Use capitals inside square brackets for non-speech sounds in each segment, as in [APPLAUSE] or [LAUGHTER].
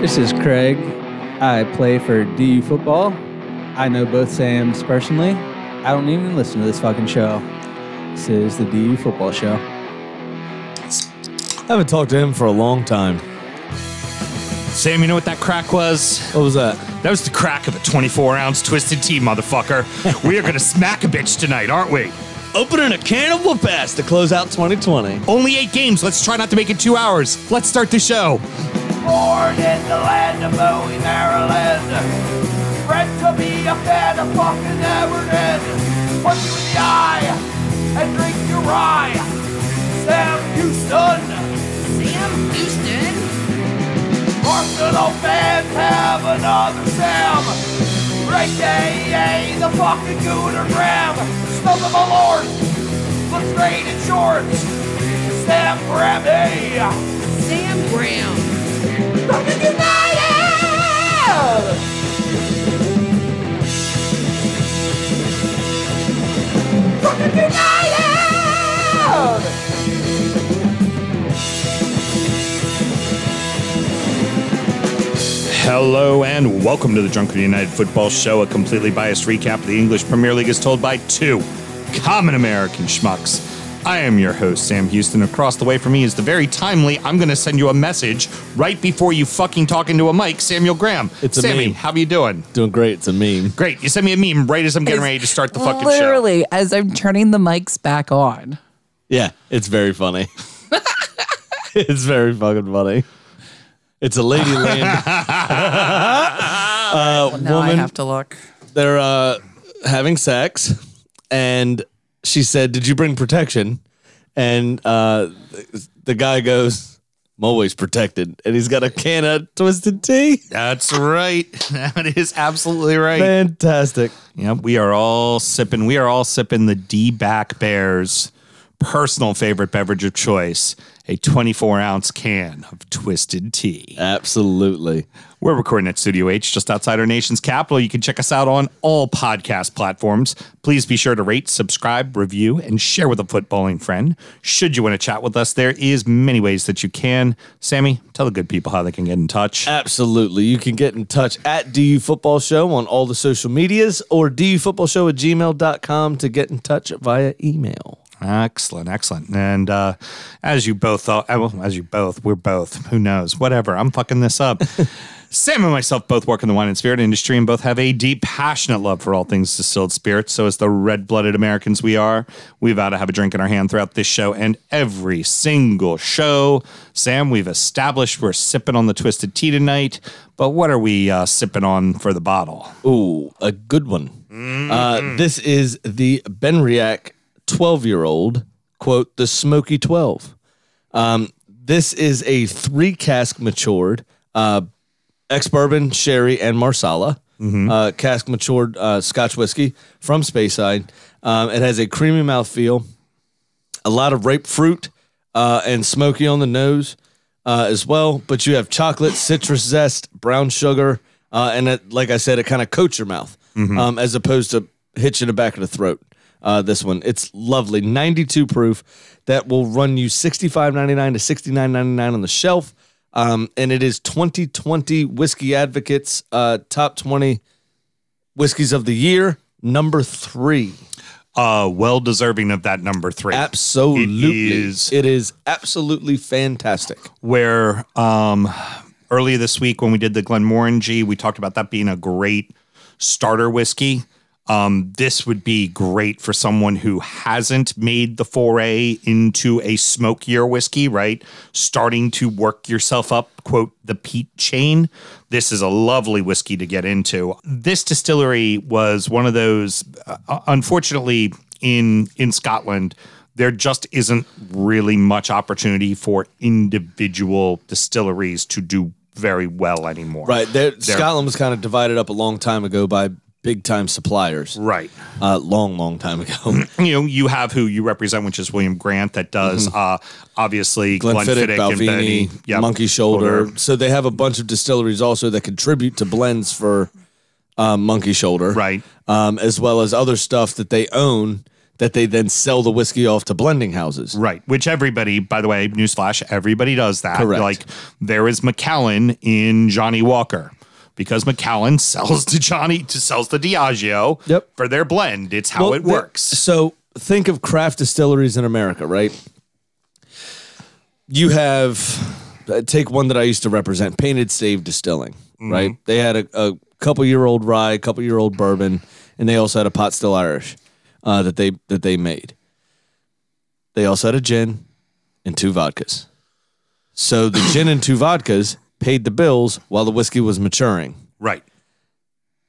This is Craig. I play for DU football. I know both Sams personally. I don't even listen to this fucking show. This is the DU football show. I haven't talked to him for a long time. Sam, you know what that crack was? What was that? That was the crack of a 24 ounce twisted tea, [LAUGHS] motherfucker. we are gonna smack a bitch tonight, aren't we? Opening a can of whoop ass to close out 2020. Only eight games. Let's try not to make it two hours. Let's start the show. born in the land of Bowie, Maryland. Bred to be a fan of fucking Everton. Punch you in the eye and drink your rye. Sam Houston. Sam Houston? Arsenal fans have another Sam. Right day, the fucking Gooner Graham. Stump of a lord. Looks great in shorts. Sam Grammy. Sam Graham. Fucking United! Fucking United! Hello and welcome to the Drunken United Football Show, a completely biased recap of the English Premier League as told by two common American schmucks. I am your host, Sam Houston. Across the way from me is the very timely, I'm going to send you a message right before you fucking talk into a mic, Samuel Graham. It's a Sammy, meme. how you doing? Doing great. It's a meme. Great. You sent me a meme right as I'm getting It's ready to start the fucking show. Literally, as I'm turning the mics back on. Yeah, it's very funny. [LAUGHS] it's very fucking funny. It's a [LAUGHS] lady land uh, Now I woman. have to look. They're uh, having sex, and she said, "Did you bring protection?" And uh, th- the guy goes, "I'm always protected," and he's got a can of twisted tea. That's right. [LAUGHS] That is absolutely right. Fantastic. Yep, we are all sipping. We are all sipping the D back Bears' personal favorite beverage of choice, a 24 ounce can of twisted tea. Absolutely. We're recording at Studio H just outside our nation's capital. You can check us out on all podcast platforms. Please be sure to rate, subscribe, review, and share with a footballing friend. Should you want to chat with us, there is many ways that you can. Sammy, tell the good people how they can get in touch. Absolutely. You can get in touch at DU Football Show on all the social medias or DU Football Show at gmail.com to get in touch via email. Excellent, excellent. And uh, as you both thought, uh, well, as you both, we're both, who knows, whatever. I'm fucking this up. Sam and myself both work in the wine and spirit industry and both have a deep, passionate love for all things distilled spirits. So, as the red blooded Americans we are, we vow to have a drink in our hand throughout this show and every single show. Sam, we've established we're sipping on the twisted tea tonight, but what are we uh, sipping on for the bottle? Ooh, a good one. Uh, this is the Benriac 12 year old, quote, the Smoky 12. Um, this is a three cask matured uh, ex bourbon, sherry, and marsala. Uh, cask matured uh, Scotch whiskey from Speyside. Um, it has a creamy mouthfeel, a lot of ripe fruit, uh, and smoky on the nose uh, as well. But you have chocolate, citrus zest, brown sugar, uh, and it, like I said, it kind of coats your mouth um, as opposed to hitching the back of the throat. Uh, this one, it's lovely, 92 proof. That will run you 65.99 to 69.99 on the shelf. Um, and it is 2020 Whiskey Advocates uh, top 20 whiskeys of the year, number three. Uh, well deserving of that number three. Absolutely. It is- it is absolutely fantastic. where um, earlier this week when we did the Glenmorangie, we talked about that being a great starter whiskey. Um, this would be great for someone who hasn't made the foray into a smokier whiskey, right? Starting to work yourself up, quote, the peat chain. This is a lovely whiskey to get into. This distillery was one of those, uh, unfortunately, in in Scotland, there just isn't really much opportunity for individual distilleries to do very well anymore. Right. There, Scotland was kind of divided up a long time ago by big time suppliers. Right. Uh, long, long time ago. [LAUGHS] You know, you have who you represent, which is William Grant, that does uh, obviously Glenfiddich, Glenfiddich and Benny. Mm-hmm. Balvenie, Yep. Monkey Shoulder. So they have a bunch of distilleries also that contribute to blends for uh, Monkey Shoulder, Right. Um, as well as other stuff that they own that they then sell the whiskey off to blending houses. Right. Which everybody, by the way, newsflash, everybody does that. Correct. Like there is McAllen in Johnny Walker because McAllen [LAUGHS] sells to Johnny to sells to Diageo Yep. for their blend. It's how Well, it th- works. So think of craft distilleries in America, right? You have uh, take one that I used to represent, Painted Stave Distilling, Mm-hmm. right? They had a, a couple year old rye, couple year old bourbon, and they also had a pot still Irish uh, that they that they made. They also had a gin and two vodkas. So the gin and two vodkas paid the bills while the whiskey was maturing. Right.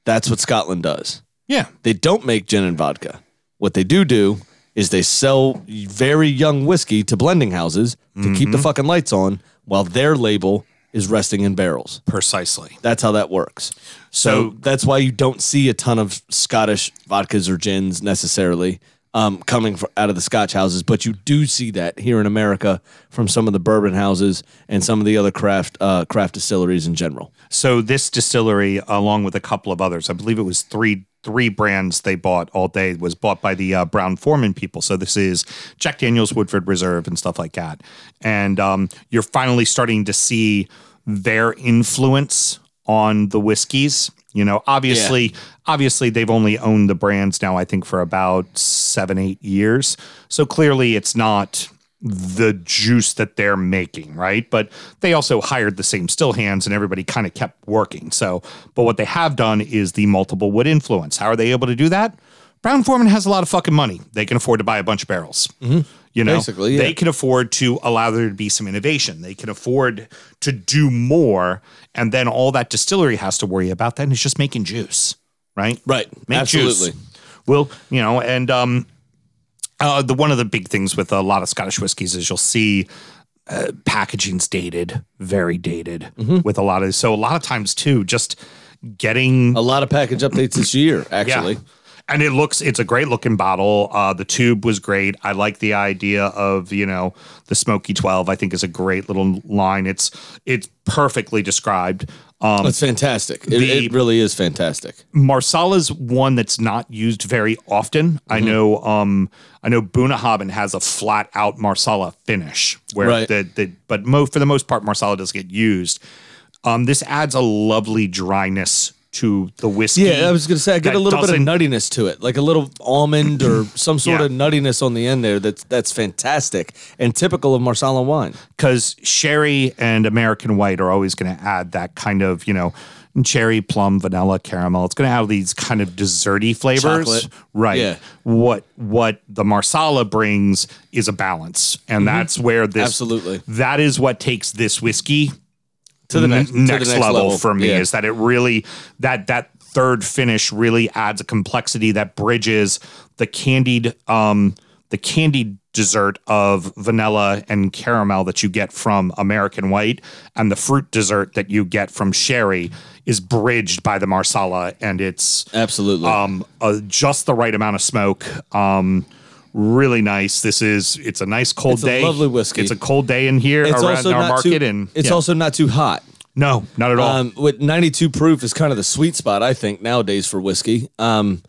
That's what Scotland does Yeah. they don't make gin and vodka. What they do do is they sell very young whiskey to blending houses to keep the Mm-hmm. fucking lights on while their label is resting in barrels. Precisely. That's how that works. So, So- that's why you don't see a ton of Scottish vodkas or gins necessarily um, coming fr out of the Scotch houses, but you do see that here in America from some of the bourbon houses and some of the other craft uh, craft distilleries in general. So this distillery, along with a couple of others, I believe it was three three brands they bought all day was bought by the uh, Brown Foreman people. So this is Jack Daniel's Woodford Reserve and stuff like that. And um, you're finally starting to see their influence on the whiskeys. You know, obviously, obviously they've only owned the brands now. I think for about seven eight years. So clearly, it's not the juice that they're making, right? But they also hired the same still hands and everybody kind of kept working. So, but what they have done is the multiple wood influence. How are they able to do that? Brown Foreman has a lot of fucking money. They can afford to buy a bunch of barrels. You know, Mm-hmm. Basically, yeah. they can afford to allow there to be some innovation. They can afford to do more. And then all that distillery has to worry about then is just making juice, right? Right. Make Absolutely. juice. Well, you know, and um, uh, the one of the big things with a lot of Scottish whiskies is you'll see uh, packaging's dated, very dated Mm-hmm. with a lot of. So a lot of times too, just getting A lot of package updates this year, actually. and it looks, it's a great looking bottle. Uh, the tube was great. I like the idea of, you know, the Smoky 12, I think is a great little line. It's, it's perfectly described. Um, It's fantastic. It, The- it really is fantastic. Marsala's one that's not used very often. I Mm-hmm. know um I know Bunahabin has a flat out Marsala finish where Right. the, the but mo- for the most part Marsala does get used. Um this adds a lovely dryness to the whiskey. Yeah, I was gonna say I get that a little bit doesn't- of nuttiness to it, like a little [CLEARS THROAT] almond or some sort Yeah. of nuttiness on the end there. That's that's fantastic and typical of Marsala wine. because sherry and American white are always going to add that kind of, you know, cherry, plum, vanilla, caramel. It's going to add these kind of desserty flavors, Chocolate. right? Yeah. What what the marsala brings is a balance, and that's where this Mm-hmm. Absolutely. that is what takes this whiskey To the n- next- to the next, next level, level. for me Yeah. is that it really that that third finish really adds a complexity that bridges the candied um the candied dessert of vanilla and caramel that you get from American White and the fruit dessert that you get from sherry is bridged by the marsala and it's Absolutely. um uh, just the right amount of smoke um really nice this is it's a nice cold It's a day lovely whiskey. it's a cold day in here it's around also our not market too. and it's yeah. also not too hot. no not at all Um, with 92 proof is kind of the sweet spot I think nowadays for whiskey. Um,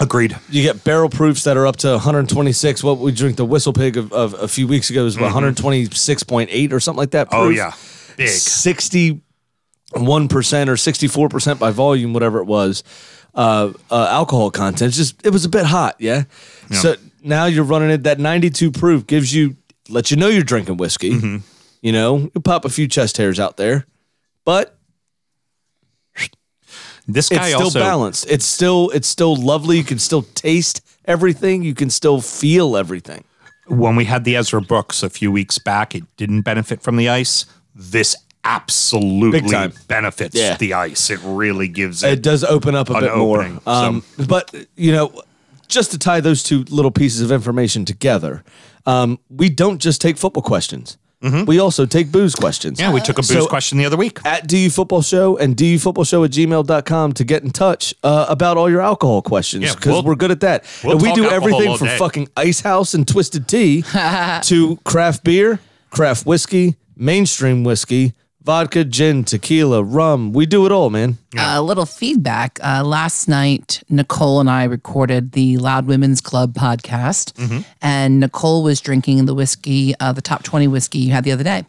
Agreed. you get barrel proofs that are up to 126. What we drink the Whistle Pig of, of a few weeks ago was 126.8 or something like that. Mm-hmm. Oh proof. yeah, big. 61% or 64% by volume, whatever it was, uh, uh, alcohol content. It's just it was a bit hot, yeah? So now you're running it that 92 proof gives you let you know you're drinking whiskey. Mm-hmm. You know, you pop a few chest hairs out there, but This it's guy still also balanced. It's still it's still lovely. You can still taste everything. You can still feel everything. when we had the Ezra Brooks a few weeks back, it didn't benefit from the ice. This Big absolutely time. benefits Yeah. the ice. It really gives it. it does open up a an bit opening, more. Um, But you know, just to tie those two little pieces of information together, um, we don't just take football questions. We also take booze questions. Mm-hmm. yeah, we took a booze So- question the other week. At DU Football Show and DU Football Show at gmail.com to get in touch uh, about all your alcohol questions Yeah, because we'll- we're good at that. we'll and we talk do alcohol everything all from day. fucking Ice House and [LAUGHS] Twisted Tea to craft beer, craft whiskey, mainstream whiskey, vodka, gin, tequila, rum. We do it all, man. Uh, A little feedback. Uh, last night, Nicole and I recorded the Loud Women's Club podcast, Mm-hmm. and Nicole was drinking the whiskey, uh, the top 20 whiskey you had the other day.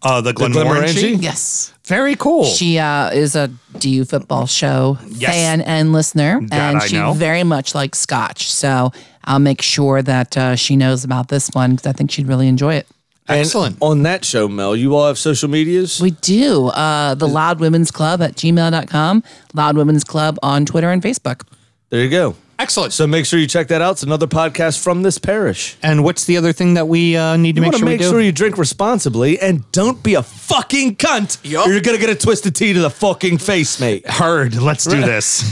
Uh, the Glenmorangie? Glenmorangie. Yes. Very cool. She uh, is a DU football show Yes. fan and listener, That and I she know. very much likes scotch. So I'll make sure that uh, she knows about this one because I think she'd really enjoy it. And Excellent. on that show, Mel, you all have social medias. We do. Uh, the Loud Women's Club at gmail.com, Loud Women's Club on Twitter and Facebook. There you go. Excellent. So make sure you check that out. It's another podcast from this parish. and what's the other thing that we uh, need to You make want to sure make we do? sure you drink responsibly and don't be a fucking cunt. Yup. You're gonna get a twisted tea to the fucking face, mate. Hard. Let's do this.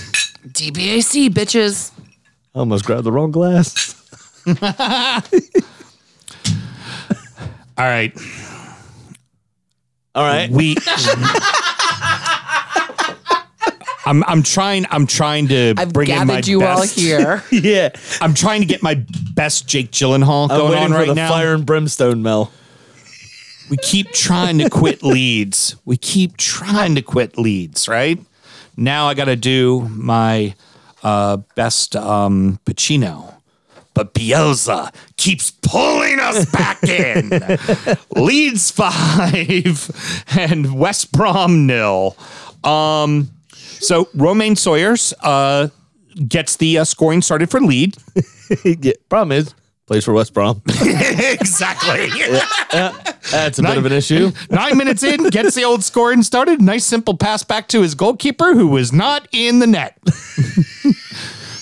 DBAC, bitches. I almost grabbed the wrong glass. All right. All right. We. I'm I'm trying I'm trying to I've bring in my gathered you best, [LAUGHS] all here. [LAUGHS] yeah. I'm trying to get my best Jake Gyllenhaal I'm going waiting on for right the now. fire and brimstone, Mel. We keep trying to quit leads. We keep trying to quit leads, right? Now I got to do my uh, best um, Pacino. But Bielsa keeps pulling us back [LAUGHS] in. Leeds five and West Brom nil. Um, so Romaine Sawyer's uh, gets the uh, scoring started for lead. [LAUGHS] [LAUGHS] yeah. Problem is, plays for West Brom. exactly. [LAUGHS] [LAUGHS] That's a bit of an issue. Nine minutes in, gets the old scoring started. Nice simple pass back to his goalkeeper, who was not in the net. [LAUGHS]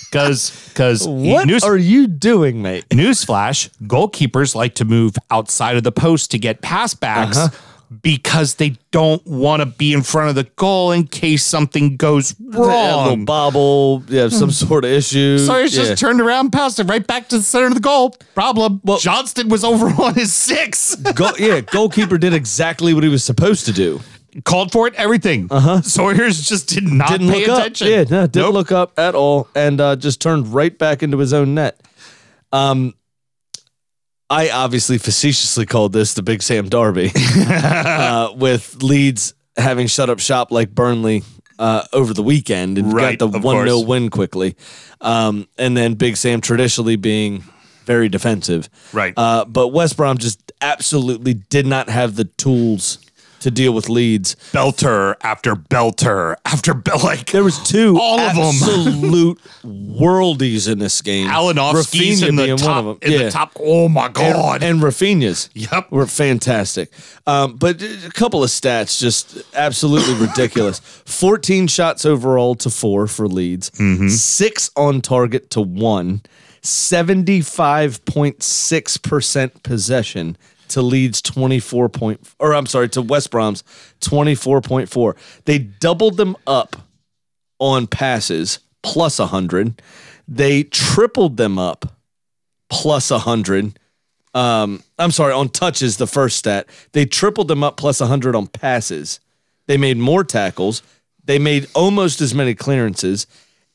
Because, because [LAUGHS] What news, are you doing, mate? newsflash, goalkeepers like to move outside of the post to get pass backs Uh-huh. because they don't want to be in front of the goal in case something goes Yeah, a little wrong. bobble, yeah, some sort of issue. So it's Yeah. just turned around, passed it right back to the center of the goal. Problem. Johnston was over [LAUGHS] on his six. Go- yeah, goalkeeper did exactly what he was supposed to do. called for it, everything. Uh-huh. Sawyer's just did not Didn't pay look attention. up. Yeah, no, didn't look up at all, and uh, just turned right back into his own net. Um, I obviously facetiously called this the Big Sam Derby, [LAUGHS] uh, with Leeds having shut up shop like Burnley uh, over the weekend and Right, got the of one 0 course. win quickly, um, and then Big Sam traditionally being very defensive. Right. Uh, but West Brom just absolutely did not have the tools to deal with Leeds. Belter after belter after bel like There was two All of 'em. [LAUGHS] absolute worldies in this game. Alanovsky's Rafinha in the being top one of them. in Yeah. the top. Oh my god. And, and Rafinha's. Yep. Were fantastic. Um, but a couple of stats just absolutely ridiculous. 14 shots overall to four for Leeds, six on target to one, 75.6% possession to Leeds 24 point, or I'm sorry, to West Brom's 24.4. They doubled them up on passes plus 100. They tripled them up plus 100. Um, I'm sorry, on touches, the first stat. They tripled them up plus 100 on passes. They made more tackles. They made almost as many clearances.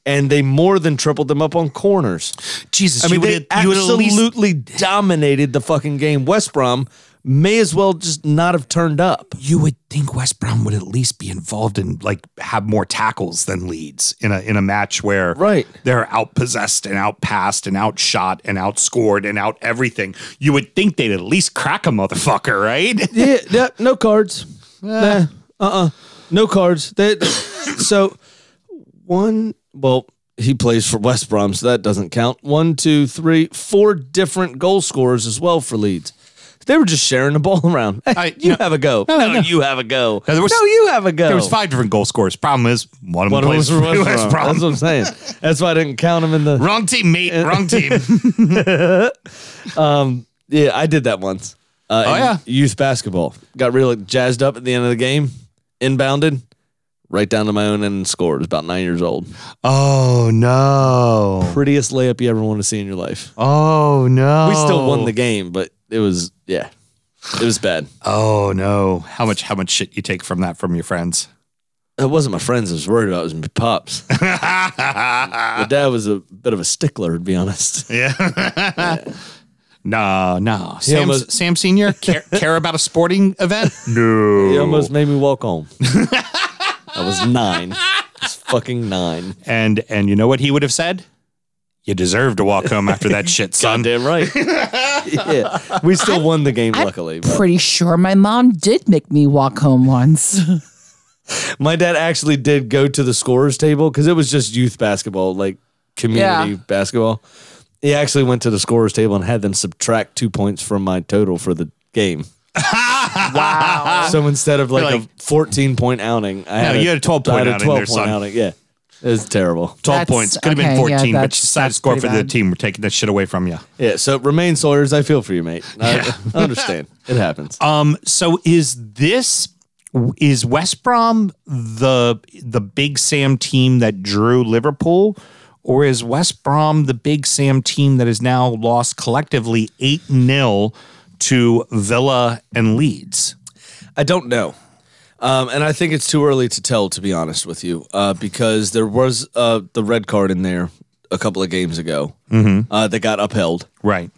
And they more than tripled them up on corners. Jesus, I mean, you they would you would at least absolutely dominated the fucking game. West Brom may as well just not have turned up. you would think West Brom would at least be involved in like have more tackles than Leeds in a in a match where Right. they're outpossessed and outpassed and outshot and outscored and out everything. You would think they'd at least crack a motherfucker, right? [LAUGHS] yeah, yeah, no cards. Nah, uh-uh. No cards. That [COUGHS] so one well, he plays for West Brom, so that doesn't count. One, two, three, four different goal scorers as well for Leeds. They were just sharing the ball [LAUGHS] around. Hey, I- you no- have a go. No, you have a go. No, there was- no, you have a go. There was five different goal scorers. Problem is, one of them One of them plays was for West Brom. Brom. That's what I'm saying. That's why I didn't count him in the. Wrong team, mate. Wrong [LAUGHS] team. Um, Yeah, I did that once. Uh, Oh, in yeah. youth basketball got real jazzed up at the end of the game, inbounded, right down to my own end and scored. I was about nine years old. oh no. Prettiest layup you ever want to see in your life. Oh no. We still won the game, but it was yeah, it was bad. Oh no. How much how much shit you take from that from your friends? It wasn't my friends I was worried about. It was my [LAUGHS] pops. my dad was a bit of a stickler, to be honest. Yeah. [LAUGHS] Nah, nah. Sam, almost- Sam Senior care, care about a sporting event? He No. almost made me walk home. I was nine. I was fucking nine. And and you know what he would have said? You deserve to walk home after that shit, [LAUGHS] son. Goddamn right. yeah. We still won the game, luckily. but- Pretty sure my mom did make me walk [LAUGHS] home once. My dad actually did go to the scorers table because it was just youth basketball, like community Yeah. basketball. He actually went to the scorers table and had them subtract two points from my total for the game. [LAUGHS] wow. So instead of like, like- a 14 point outing, I had you had a 12 point I had outing there, son. Yeah. It was terrible. 12 That's- points. Could have been okay, yeah, 14, but that's- you decided to that's score for pretty the bad. team. We're taking that shit away from you. Yeah. So remain Sawyers, I feel for you, mate. [LAUGHS] I, I understand. It happens. Um, so is this is West Brom the the Big Sam team that drew Liverpool, or is West Brom the Big Sam team that has now lost collectively eight 0 to Villa and Leeds? I don't know. Um, and I think it's too early to tell, to be honest with you, uh, because there was uh, the red card in there a couple of games ago uh, that got upheld. Right.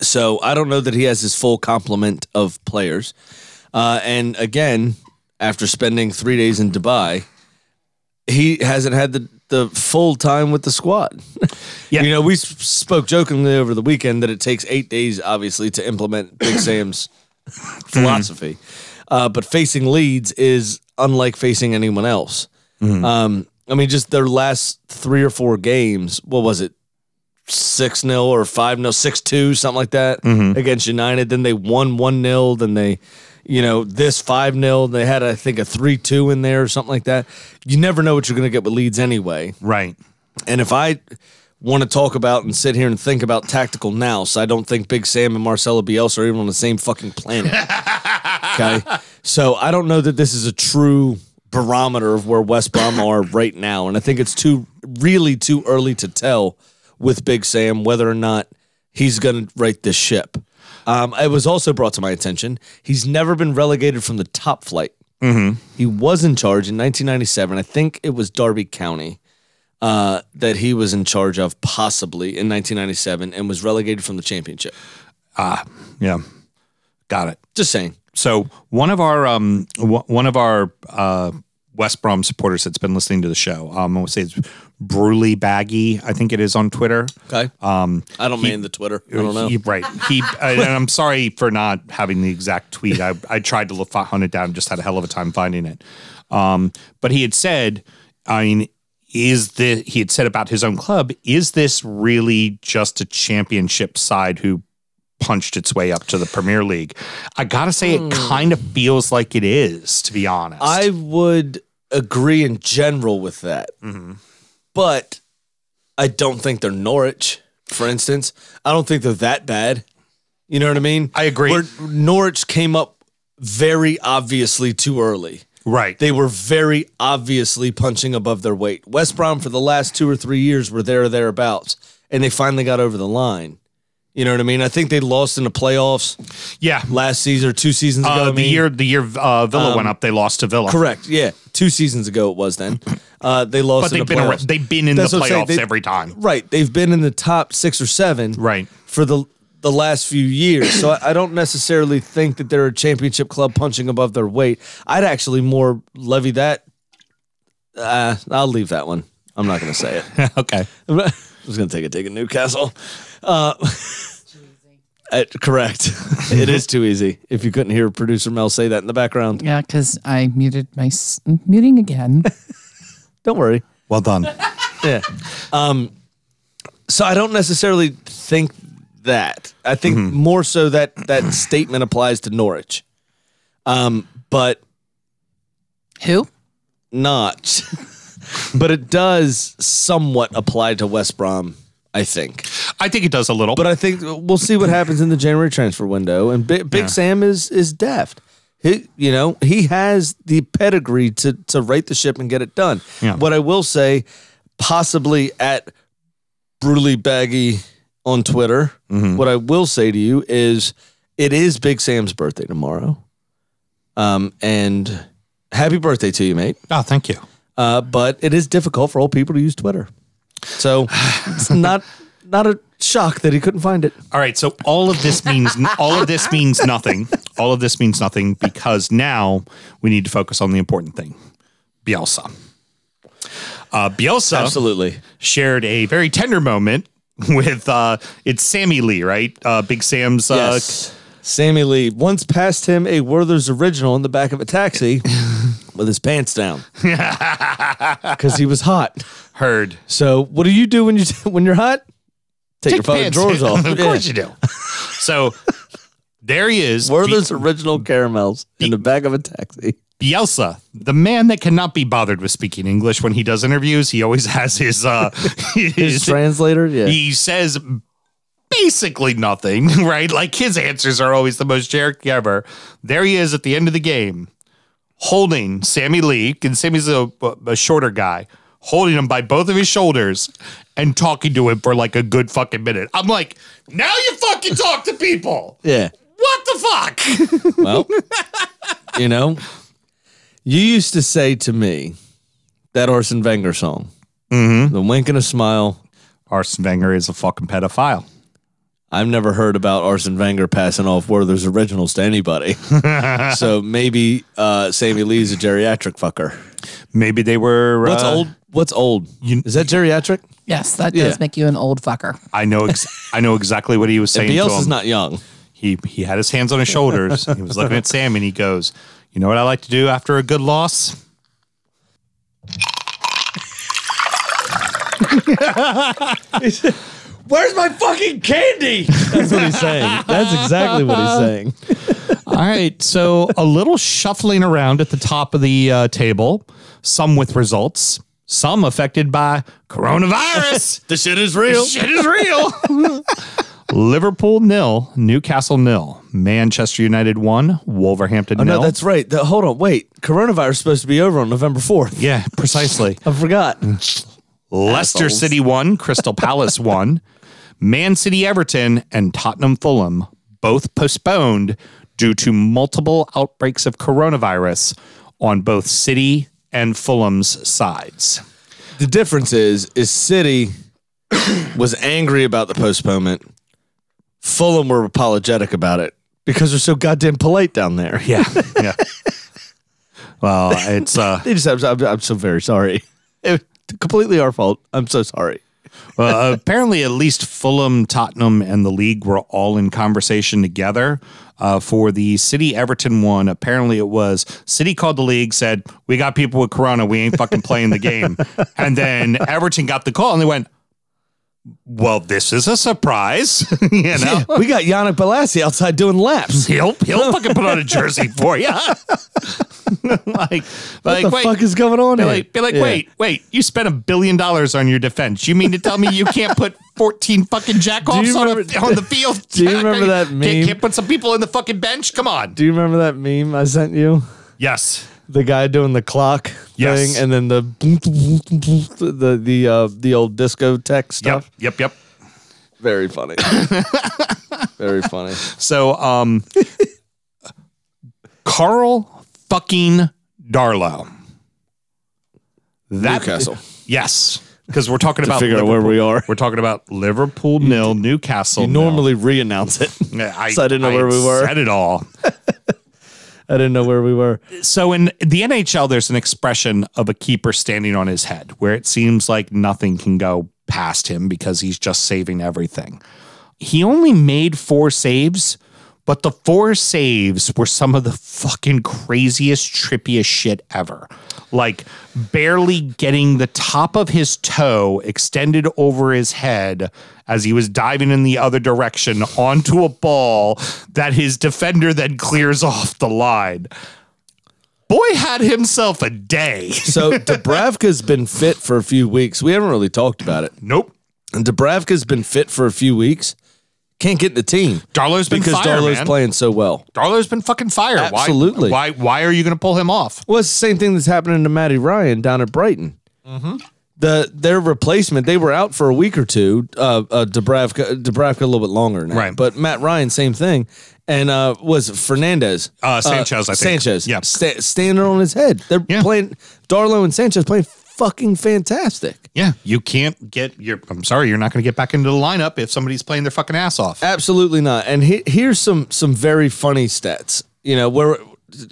So I don't know that he has his full complement of players. Uh, and again, after spending three days in Dubai, he hasn't had the, the full time with the squad. Yeah. You know, we s- spoke jokingly over the weekend that it takes eight days, obviously, to implement Big Sam's philosophy. Uh, but facing Leeds is unlike facing anyone else. Um, I mean, just their last three or four games, what was it? 6 0 or 5 0, 6 2, something like that against United. Then they won 1 0. Then they, you know, this 5 0. They had, I think, a 3 2 in there or something like that. You never know what you're going to get with Leeds anyway. Right. And if I want to talk about and sit here and think about tactical now, so I don't think Big Sam and Marcelo Bielsa are even on the same fucking planet. okay. So I don't know that this is a true barometer of where West Brom are right now. And I think it's too, really too early to tell with Big Sam whether or not he's going to right this ship. Um, it was also brought to my attention he's never been relegated from the top flight. He was in charge in 1997. I think it was Derby County uh, that he was in charge of, possibly in 1997, and was relegated from the championship. Yeah. Got it. Just saying. So one of our um w- one of our uh West Brom supporters that's been listening to the show, um, I would say it's Bruley Baggy. I think it is on Twitter. Okay. Um, I don't mean the Twitter. I don't know. He- right. He and I'm sorry for not having the exact tweet. I, I tried to look, hunt it down, just had a hell of a time finding it. Um, but he had said, I mean, is the he had said about his own club, is this really just a championship side who punched its way up to the Premier League? I gotta say, it kind of feels like it is, to be honest. Hmm. I would agree in general with that, Mm-hmm. but I don't think they're Norwich, for instance. I don't think they're that bad. You know what I mean? I agree. Where Norwich came up very obviously too early. right. They were very obviously punching above their weight. West Brom for the last two or three years were there or thereabouts, and they finally got over the line. You know what I mean? I think they lost in the playoffs yeah. last season or two seasons ago. Uh, I the mean. Um, year the year uh, Villa went up, they lost to Villa. correct, yeah, two seasons ago it [CLEARS THROAT] was then. Uh, they lost, But in they've the been ar- playoffs. they've been in That's the what I'm saying. playoffs They- every time. Right, they've been in the top six or seven, Right. [LAUGHS] for the the last few years. So I, I don't necessarily think that they're a championship club punching above their weight. I'd actually more levy that. Uh, I'll leave that one. I'm not going to say it. [LAUGHS] okay. I was going to take a dig at Newcastle. Uh, [LAUGHS] uh, correct. [LAUGHS] it is too easy. If you couldn't hear producer Mel say that in the background, yeah, because I muted my s- muting again. don't worry. Well done. Yeah. Um, so I don't necessarily think that. I think more so that that [CLEARS THROAT] statement applies to Norwich, um, but [LAUGHS] Who? not. [LAUGHS] but it does somewhat apply to West Brom, I think. I think it does a little, But I think uh, we'll see what happens in the January transfer window. And Big, Big Sam is is deft. He, you know, he has the pedigree to to right the ship and get it done. Yeah. What I will say, possibly at brutally baggy on Twitter, what I will say to you is, it is Big Sam's birthday tomorrow. Um, and happy birthday to ah, you, mate. oh, thank you. [SIGHS] Uh, but it is difficult for old people to use Twitter. So it's not not a shocked that he couldn't find it. All right, so all of this means all of this means nothing. All of this means nothing because now we need to focus on the important thing, Bielsa. Uh, Bielsa Absolutely. shared a very tender moment with uh, it's Sammy Lee, right? Uh, Big Sam's. Uh, yes. Sammy Lee once passed him a Werther's original in the back of a taxi [LAUGHS] with his pants down because he was hot. Heard. So, what do you do when you [LAUGHS] when you're hot? Take, your fucking pants drawers down. [LAUGHS] off. of Yeah. course you do. So there he is, Werther's original caramels in the back of a taxi. Bielsa, the man that cannot be bothered with speaking English when he does interviews. He always [LAUGHS] has his uh, His translator, yeah. he says basically nothing, [LAUGHS] right? Like his answers are always the most jerky ever. There he is at the end of the game, holding Sammy Lee, and Sammy's a, a shorter guy, holding him by both of his shoulders and talking to him for like a good fucking minute. I'm like, now you fucking talk to people. yeah. What the fuck? Well, you know, you used to say to me that Arsene Wenger song, mm-hmm. the wink and a smile. [LAUGHS] Arsene Wenger is a fucking pedophile. I've never heard about Arsene Wenger passing off Werther's originals to [LAUGHS] anybody. so maybe uh, Sammy Lee's a geriatric fucker. Maybe they were. What's uh, old? What's old? Is that geriatric? Yes, that Yeah. does make you an old fucker. I know. Ex- I know exactly what he [LAUGHS] was saying. to Bielsa's him. is not young. he he had his hands on his shoulders. he was looking at Sam and he goes, "You know what I like to do after a good loss? Where's my fucking candy? That's what he's saying. That's exactly what he's saying. All right. So a little shuffling around at the top of the uh, table, some with results, some affected by coronavirus. The shit is [LAUGHS] real. Shit is real. [LAUGHS] Liverpool nil, Newcastle nil, Manchester United one, Wolverhampton Oh, No, nil. that's right. The- hold on, wait. Coronavirus is supposed to be over on November fourth. yeah, precisely. I forgot. Leicester Assholes. City one, Crystal Palace one, Man City Everton, and Tottenham Fulham both postponed due to multiple outbreaks of coronavirus on both City and Fulham's sides. The difference is, [COUGHS] is City was angry about the postponement. Fulham were apologetic about it because they're so goddamn polite down there. Yeah. Yeah. [LAUGHS] well, it's uh [LAUGHS] They just, I'm, I'm, I'm so very sorry. It, completely our fault. I'm so sorry. well, uh, apparently at least Fulham, Tottenham, and the league were all in conversation together. Uh, for the City Everton one, apparently it was City called the league, said, We got people with Corona. We ain't fucking playing the [LAUGHS] game. and then Everton got the call and they went, Well, this is a surprise. [LAUGHS] you know? We got Yannick Balassi outside doing laps. He'll, he'll fucking put on a jersey for you. [LAUGHS] like, like what the wait, fuck is going on be here? like, be like, Yeah. wait, wait! You spent a billion dollars on your defense. You mean to tell me you can't [LAUGHS] put fourteen fucking jackoffs on, remember- a, on the field? [LAUGHS] Do [LAUGHS] you remember that Can't- meme? Can't, put some people in the fucking bench. Come on. Do you remember that meme I sent you? Yes. The guy doing the clock Yes. thing and then the the the uh, the old disco tech stuff. Yep. Yep. Yep. [LAUGHS] Very funny. Very funny. So, [LAUGHS] um, Carl fucking Darlow. That, [LAUGHS] Newcastle. Yes, because we're talking about figure out where we are. We're talking about Liverpool nil, Newcastle. nil. Normally re-announce it. Yeah, I, [LAUGHS] so I didn't know where we were. Said it all. I didn't know where we were. so in the NHL, there's an expression of a keeper standing on his head where it seems like nothing can go past him because he's just saving everything. He only made four saves, but the four saves were some of the fucking craziest, trippiest shit ever. Like barely getting the top of his toe extended over his head as he was diving in the other direction onto a ball that his defender then clears off the line boy had himself a day. So Dubravka's been fit for a few weeks. We haven't really talked about it. [LAUGHS] Nope. And Dubravka's been fit for a few weeks. Can't get in the team Darlow's been because fired. Darlow's man. playing so well. Darlow's been fucking fired. Why- Absolutely. Why, why? are you going to pull him off? Well, it's the same thing that's happening to Matty Ryan down at Brighton. Mm-hmm. The their replacement, they were out for a week or two. Uh, uh, Dubravka, Dubravka a little bit longer now, Right. But Matt Ryan, same thing, and uh, was it Fernandez, Uh, Sanchez, I think. Sanchez, Yep. sta- standing on his head. They're Yeah. playing Darlow and Sanchez playing fucking fantastic. Yeah, you can't get your. I'm sorry, you're not going to get back into the lineup if somebody's playing their fucking ass off. Absolutely not. And he, here's some some very funny stats. You know, where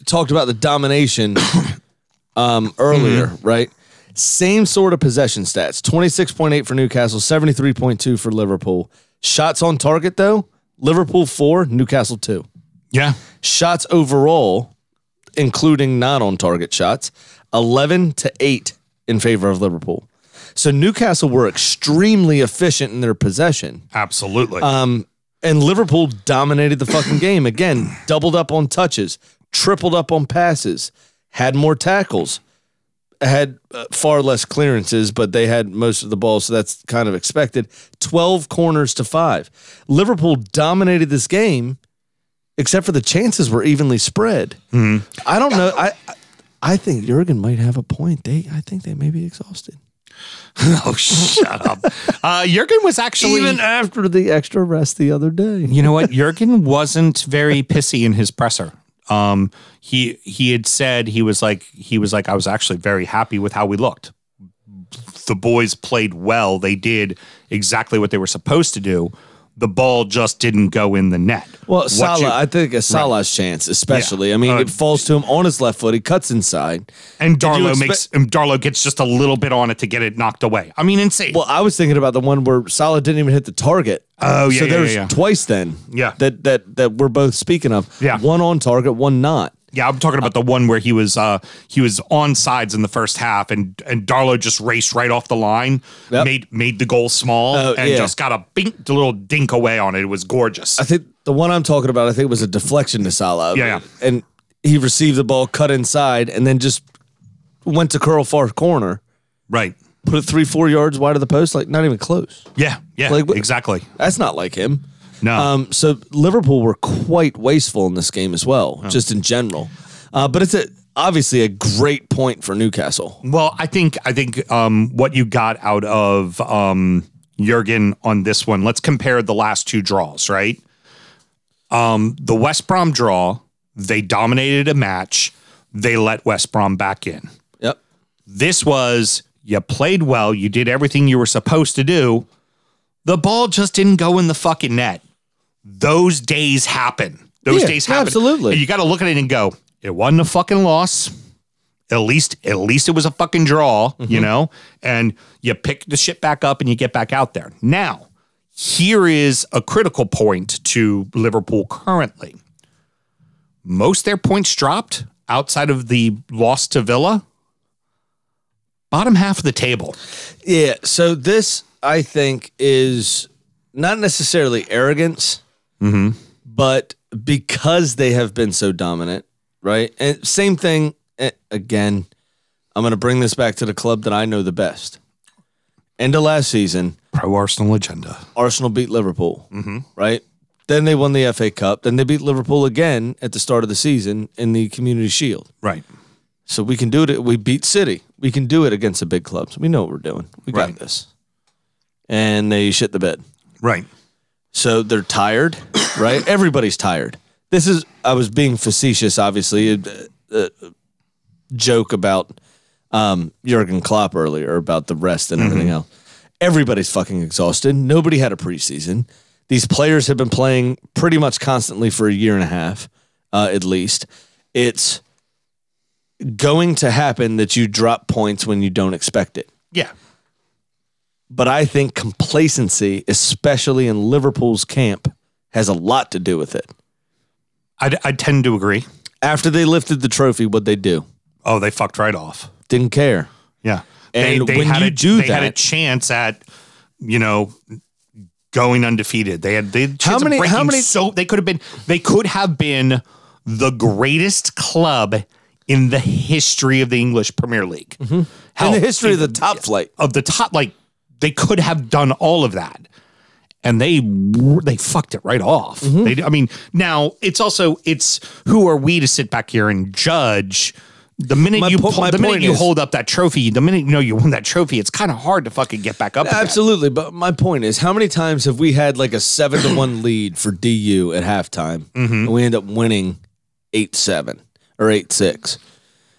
talked about the domination [COUGHS] um, earlier, right? Same sort of possession stats: twenty six point eight for Newcastle, seventy three point two for Liverpool. Shots on target though, Liverpool four, Newcastle two. Yeah, Shots overall, including not on target shots, eleven to eight in favor of Liverpool. So Newcastle were extremely efficient in their possession absolutely. Um, [LAUGHS] and Liverpool dominated the fucking game again. Doubled up on touches, tripled up on passes, had more tackles, had uh, far less clearances, but they had most of the ball, so that's kind of expected. Twelve corners to five. Liverpool dominated this game, except for the chances were evenly spread. I don't know. I I think Jurgen might have a point. They I think they may be exhausted. oh, shut up. Uh, Jurgen was actually. Even after the extra rest the other day. you know what? Jurgen wasn't very pissy in his presser. Um, he he had said he was like he was like I was actually very happy with how we looked. The boys played well. They did exactly what they were supposed to do. The ball just didn't go in the net. Well, What Salah, you- I think a Salah's chance, especially. Yeah. I mean, Uh, it falls to him on his left foot. He cuts inside. and you Darlow expect- makes and Darlow gets just a little bit on it to get it knocked away. I mean, insane. Well, I was thinking about the one where Salah didn't even hit the target. Oh, yeah, So yeah, there's yeah, yeah. twice then. Yeah. That that that we're both speaking of. Yeah. One on target, one not. Yeah, I'm talking about the one where he was uh he was on sides in the first half and and Darlow just raced right off the line, Yep. made made the goal small Oh, and yeah. just got a bink a little dink away on it. It was gorgeous. I think the one I'm talking about, I think was a deflection to Salah. Yeah, yeah. And he received the ball, cut inside, and then just went to curl far corner, right. put it three, four yards wide of the post, like not even close. Yeah, yeah, Like, wh- exactly. That's not like him. No. Um, so Liverpool were quite wasteful in this game as well, just in general. Uh, but it's a, obviously a great point for Newcastle. Well, I think I think um, what you got out of um, Jurgen on this one. Let's compare the last two draws, right? Um, the West Brom draw, they dominated a match. They let West Brom back in. Yep. This was you played well, you did everything you were supposed to do. The ball just didn't go in the fucking net. Those days happen. Those Yeah, days happen. absolutely. And you got to look at it and go, it wasn't a fucking loss. At least at least it was a fucking draw, Mm-hmm. you know? And you pick the shit back up and you get back out there. Now, here is a critical point to Liverpool currently. Most their points dropped outside of the loss to Villa bottom half of the table. Yeah. So this, I think, is not necessarily arrogance, but because they have been so dominant, right? And same thing eh, again. I'm going to bring this back to the club that I know the best. End of last season, Pro Arsenal agenda. Arsenal beat Liverpool, right? Then they won the FA Cup. Then they beat Liverpool again at the start of the season in the Community Shield. Right. So we can do it. We beat City. We can do it against the big clubs. We know what we're doing. We Right. got this. And they shit the bed. Right. So they're tired, [COUGHS] right? Everybody's tired. This is, I was being facetious, obviously, a, a- a joke about um, Jurgen Klopp earlier about the rest and everything else. Everybody's fucking exhausted. Nobody had a preseason. These players have been playing pretty much constantly for a year and a half, uh, at least. It's going to happen that you drop points when you don't expect it Yeah. but I think complacency, especially in Liverpool's camp, has a lot to do with it. I, I tend to agree. After they lifted the trophy, what they do? Oh, they fucked right off. Didn't care. Yeah. And when had you a, do they had a that- chance at, you know, going undefeated. They had they had a How chance of many- breaking how many- so they could have been they could have been the greatest club in the history of the English Premier League. Hell, Mm-hmm. in the history of the top flight, of the top like they could have done all of that and they were- they fucked it right off Mm-hmm. they i mean now it's also it's who are we to sit back here and judge the minute My you po- pull- my the minute point you is- hold up that trophy the minute you know you won that trophy it's kind of hard to fucking get back up again. [LAUGHS] absolutely. But my point is, how many times have we had like a seven [CLEARS THROAT] to one lead for DU Mm-hmm. at halftime, and we end up winning eight seven or eight six?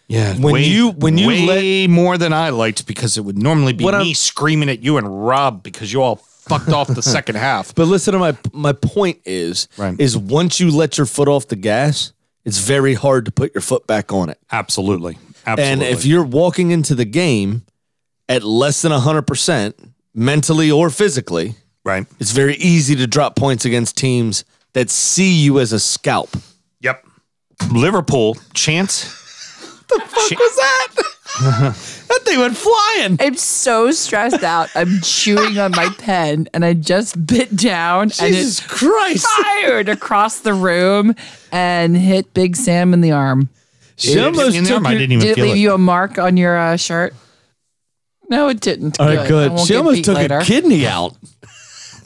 Yeah. When Way- you when you let way more than I liked because it would normally be What me I'm- screaming at you and Rob because you all fucked off [LAUGHS] the second half. but listen to my my point is Right. is once you let your foot off the gas, it's very hard to put your foot back on it. Absolutely, absolutely. And if you're walking into the game at less than 100% mentally or physically, right, it's very easy to drop points against teams that see you as a scalp. yep. Liverpool chance. What's that? that thing went flying. I'm so stressed out. I'm chewing on my pen and I just bit down Jesus Christ. and it fired across the room and hit Big Sam in the arm. [LAUGHS] She almost in the took arm, I your- didn't even Did it feel leave it. you a mark on your uh, shirt? No, it didn't. All right, I good. won't She get almost beat took later. a kidney out.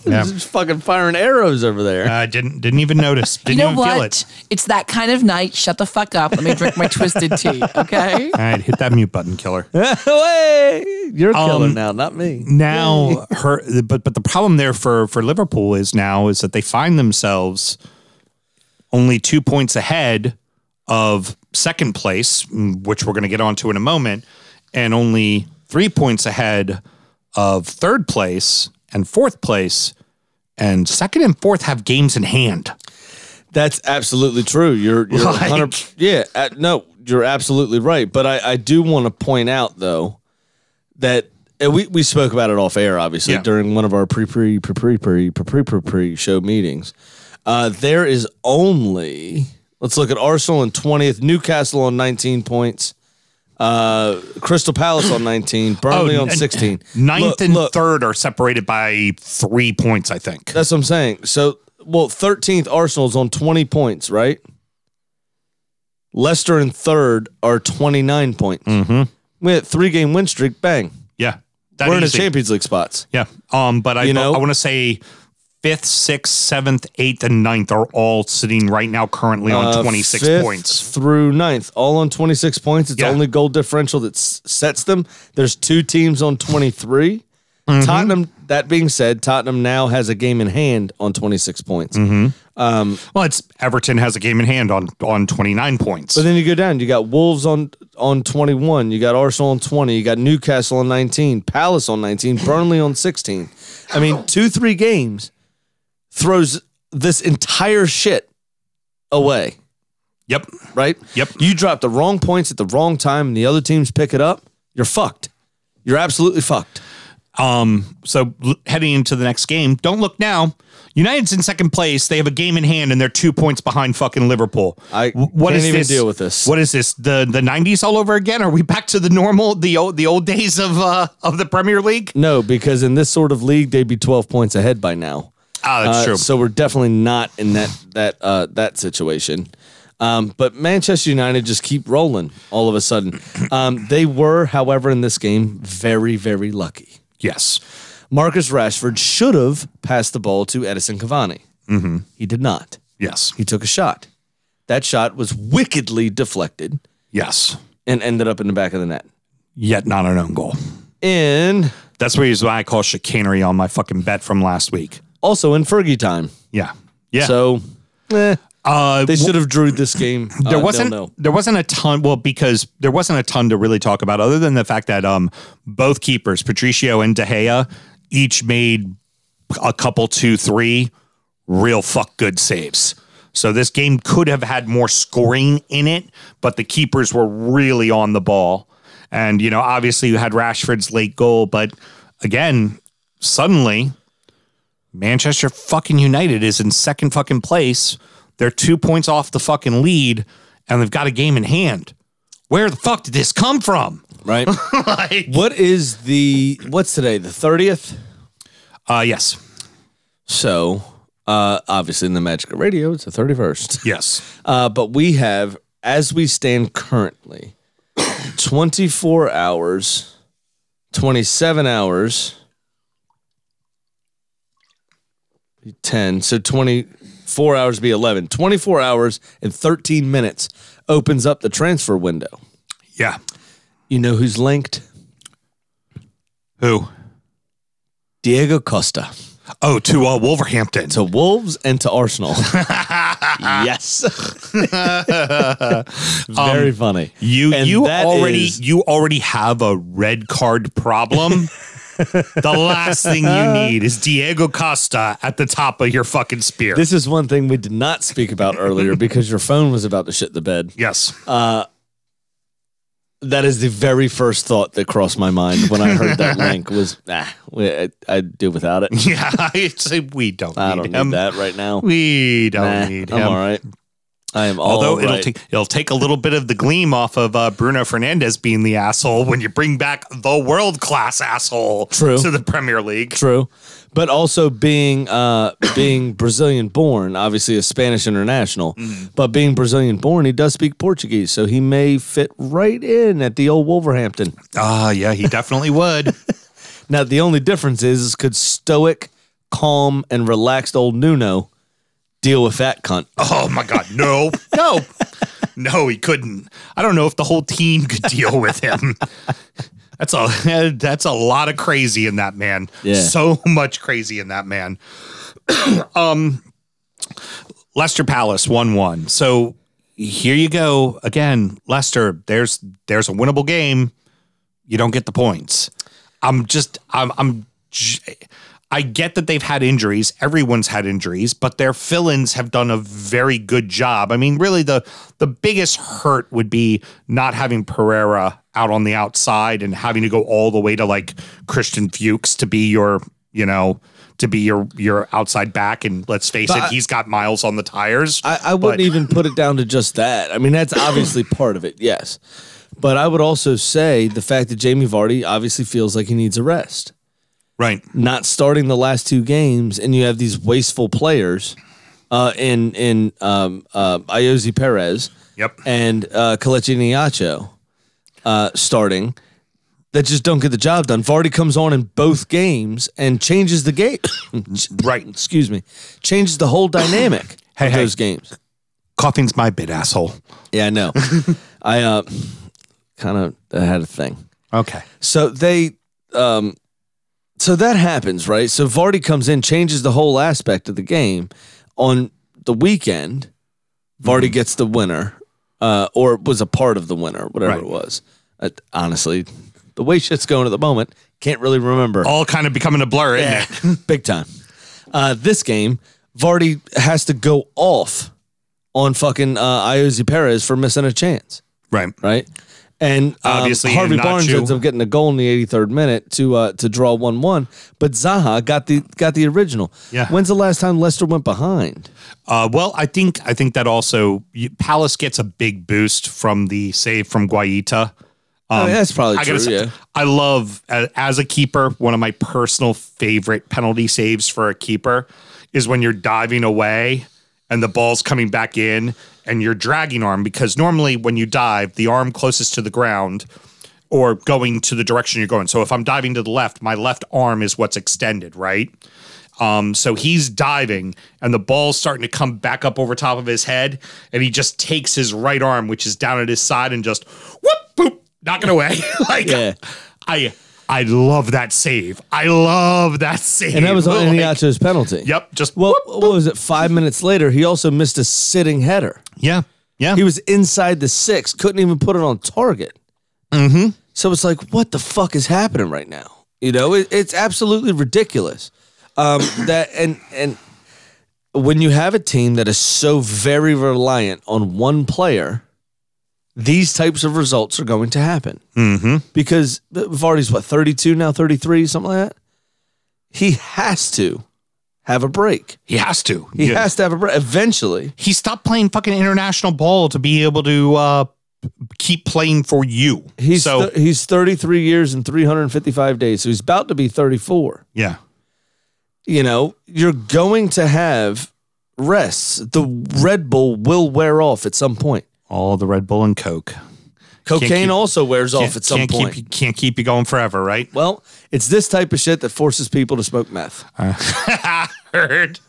Yeah. [LAUGHS] Just fucking firing arrows over there. [LAUGHS] I didn't didn't even notice. You Didn't know even feel it. what? It's that kind of night. Shut the fuck up. Let me drink my twisted [LAUGHS] tea. Okay. All right, hit that mute button, [LAUGHS] killer. Hey, you're a killer Um, now, not me. now her but but the problem there for for Liverpool is now is that they find themselves only 2 points ahead of second place mm, which we're going to get onto in a moment and only 3 points ahead of third place and fourth place and second and fourth have games in hand That's absolutely true. You're, you're Like- 100 yeah, uh, no, you're absolutely right. But I, I do want to point out though that and we, we spoke about it off air, obviously Yeah. during one of our pre pre pre pre pre pre pre pre show meetings. Uh, there is only let's look at Arsenal in twentieth, Newcastle on nineteen points, uh, Crystal Palace on nineteen, Burnley on and- sixteen, Oh, ninth Look- and look, third are separated by 3 points i think That's what I'm saying. So, well, 13th Arsenal's on 20 points, right? Leicester in third are 29 points. We had three game win streak. Bang. yeah Mm-hmm. that We're in the easy. Champions League spots. Yeah. Um, but I, You know? I want to say fifth, sixth, seventh, eighth, and ninth are all sitting right now currently on Uh, 26 fifth points. through ninth, all on 26 points. It's Yeah. only goal differential that s- sets them. There's two teams on 23. Mm-hmm. Tottenham. That being said, Tottenham now has a game in hand on 26 Mm-hmm. points. Well, it's Everton has a game in hand on on 29 points. But then you go down. You got Wolves on on twenty one. You got Arsenal on twenty. You got Newcastle on nineteen. Palace on nineteen. Burnley on sixteen. I mean, two three games throws this entire shit away. yep. Right? Yep. You drop the wrong points at the wrong time, and the other teams pick it up. You're fucked. You're absolutely fucked. Um, so l- heading into the next game, don't look now. United's in second place. They have a game in hand, and they're two points behind fucking Liverpool. I W- can't even deal with this. What is this? The the nineties all over again? Are we back to the normal the old the old days of uh of the Premier League? No, because in this sort of league, they'd be twelve points ahead by now. Ah, that's Uh, true. So we're definitely not in that that uh, that situation. Um, but Manchester United just keep rolling all of a sudden. Um, they were, however, in this game, very very lucky. yes. Marcus Rashford should have passed the ball to Edison Cavani. Mm-hmm. He did not. Yes. He took a shot. That shot was wickedly deflected Yes. and ended up in the back of the net. Yet not an own goal. And That's what why I call chicanery on my fucking bet from last week. also in Fergie time. Yeah, yeah. So eh, uh, they should have drew this game. Uh, there wasn't there wasn't a ton. Well, because there wasn't a ton to really talk about, other than the fact that um both keepers, Patricio and De Gea, each made a couple, two, three real fuck good saves. So this game could have had more scoring in it, but the keepers were really on the ball. And you know, obviously you had Rashford's late goal, but again, suddenly Manchester fucking United is in second fucking place. They're two points off the fucking lead, and they've got a game in hand. Where the fuck did this come from? right. like, What is the what's today? The thirtieth. uh, yes, So uh, obviously in the Magic of Radio, it's the thirty first. yes, Uh, but we have, as we stand currently, [COUGHS] twenty four hours, twenty seven hours, ten. So twenty four hours be 11 24 hours and 13 minutes opens up the transfer window yeah. you know who's linked Who? diego costa Oh, to uh, Wolverhampton. to Wolves and [LAUGHS] to Arsenal. yes. [LAUGHS] Very Um, funny. You And you that already is- you already have a red card [LAUGHS] problem. the last thing you need is Diego Costa at the top of your fucking spear. this is one thing we did not speak about [LAUGHS] earlier because your phone was about to shit the bed. yes. Uh, That is the very first thought that crossed my mind when I heard [LAUGHS] that link was, ah, we- I, I'd do without it. [LAUGHS] yeah, it's, we don't I need don't him. need that right now. We don't Nah, need I'm him. all right. I am all Although it'll right. take it'll take a little bit of the gleam off of uh, Bruno Fernandez being the asshole when you bring back the world class asshole True. to the Premier League. True, but also being uh, [COUGHS] being Brazilian born, obviously a Spanish international, but being Brazilian born, he does speak Portuguese, so he may fit right in at the old Wolverhampton. Ah, yeah, he definitely [LAUGHS] would. Now the only difference is, is could stoic, calm, and relaxed old Nuno deal with that cunt? Oh my God. No, no, no, he couldn't. I don't know if the whole team could deal with him. That's a that's a lot of crazy in that man. Yeah. So much crazy in that man. [CLEARS THROAT] um Leicester Palace 1-1. So here you go again, Leicester. There's there's a winnable game. You don't get the points. I'm just I'm I'm j- I get that they've had injuries. Everyone's had injuries, but their fill-ins have done a very good job. I mean, really the the biggest hurt would be not having Pereira out on the outside and having to go all the way to like Christian Fuchs to be your, you know, to be your your outside back and let's face it, I- he's got miles on the tires. I, I wouldn't But- even put it down to just that. I mean, that's obviously part of it, yes. But I would also say the fact that Jamie Vardy obviously feels like he needs a rest. right. Not starting the last two games, and you have these wasteful players uh, in in um, uh, Iosi Perez Yep. and uh, Kelechi Niacho uh, starting that just don't get the job done. Vardy comes on in both games and changes the game. [COUGHS] Right. Excuse me, changes the whole dynamic [COUGHS] Hey, of hey. those games. Coughing's my bit, asshole. Yeah, I know. [LAUGHS] I uh, kind of had a thing. Okay. So they, um, so that happens, right? So Vardy comes in, changes the whole aspect of the game. On the weekend, Vardy gets the winner, uh, or was a part of the winner, whatever Right. it was. Uh, honestly, the way shit's going at the moment, can't really remember. All kind of becoming a blur, isn't it? [LAUGHS] Big time. Uh, this game, Vardy has to go off on fucking uh, Iosi Perez for missing a chance Right. right? And um, Obviously, Harvey Nacho. Barnes ends up getting a goal in the 83rd minute to uh, to draw one one. But Zaha got the got the original. Yeah. When's the last time Leicester went behind? Uh, well, I think I think that also you, Palace gets a big boost from the save from Guaita. Um, I mean, that's probably I true. gotta say, yeah. I love a- as a keeper. One of my personal favorite penalty saves for a keeper is when you're diving away and the ball's coming back in and you're dragging arm because normally when you dive, the arm closest to the ground or going to the direction you're going. So if I'm diving to the left, my left arm is what's extended, right? Um, so he's diving, and the ball's starting to come back up over top of his head, and he just takes his right arm, which is down at his side, and just whoop, boop, knock it away. [LAUGHS] like, Yeah. I, I love that save. I love that save. And that was on Like, Iheanacho's penalty. Yep. Just Well, whoop. what was it? Five minutes later, he also missed a sitting header. Yeah. Yeah. He was inside the six, couldn't even put it on target. Mm-hmm. So it's like, what the fuck is happening right now? You know, it, it's absolutely ridiculous. Um, [COUGHS] that and and when you have a team that is so very reliant on one player, these types of results are going to happen. Mm-hmm. Because Vardy's what thirty two now, thirty three, something like that. He has to have a break. he has to. He Yeah. has to have a break eventually. He stopped playing fucking international ball to be able to uh, keep playing for you. He's so th- he's 33 years and 355 days, so he's about to be 34. yeah. You know, you're going to have rests. The Red Bull will wear off at some point. All the Red Bull and Coke. Cocaine keep- also wears off at some can't point. Keep, you- can't keep you going forever, [LAUGHS] right? well, it's this type of shit that forces people to smoke meth. heard. [LAUGHS]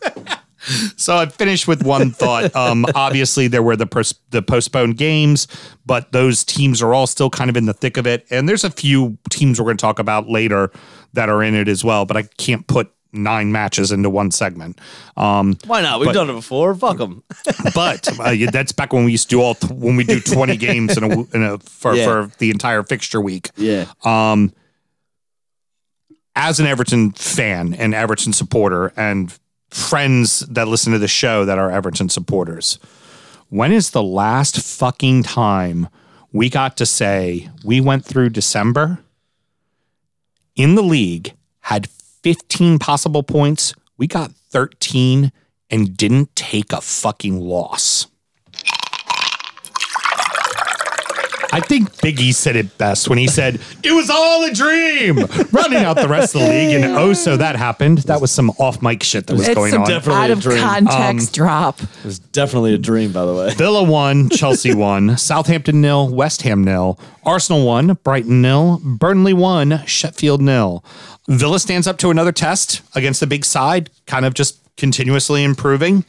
so I finished with one thought. Um, obviously, there were the pers- the postponed games, but those teams are all still kind of in the thick of it. And there's a few teams we're going to talk about later that are in it as well. But I can't put nine matches into one segment. Um, Why not? We've done it before. Fuck them. but uh, yeah, that's back when we used to do all th- when we do 20 games in a, w- in a for, Yeah. for the entire fixture week. Yeah. Um, as an Everton fan and Everton supporter, and friends that listen to the show that are Everton supporters, when is the last fucking time we got to say we went through December in the league, had 15 possible points, we got 13 and didn't take a fucking loss? I think Biggie said it best when he said, It was all a dream, running out the rest of the league. And oh, so that happened. That was some off mic shit that was It's going some on. Definitely out a of dream. Um, context drop. It was definitely a dream, by the way. Villa one, Chelsea one, Southampton nil, West Ham nil, Arsenal one, Brighton nil, Burnley one, Sheffield nil. Villa stands up to another test against the big side, kind of just continuously improving,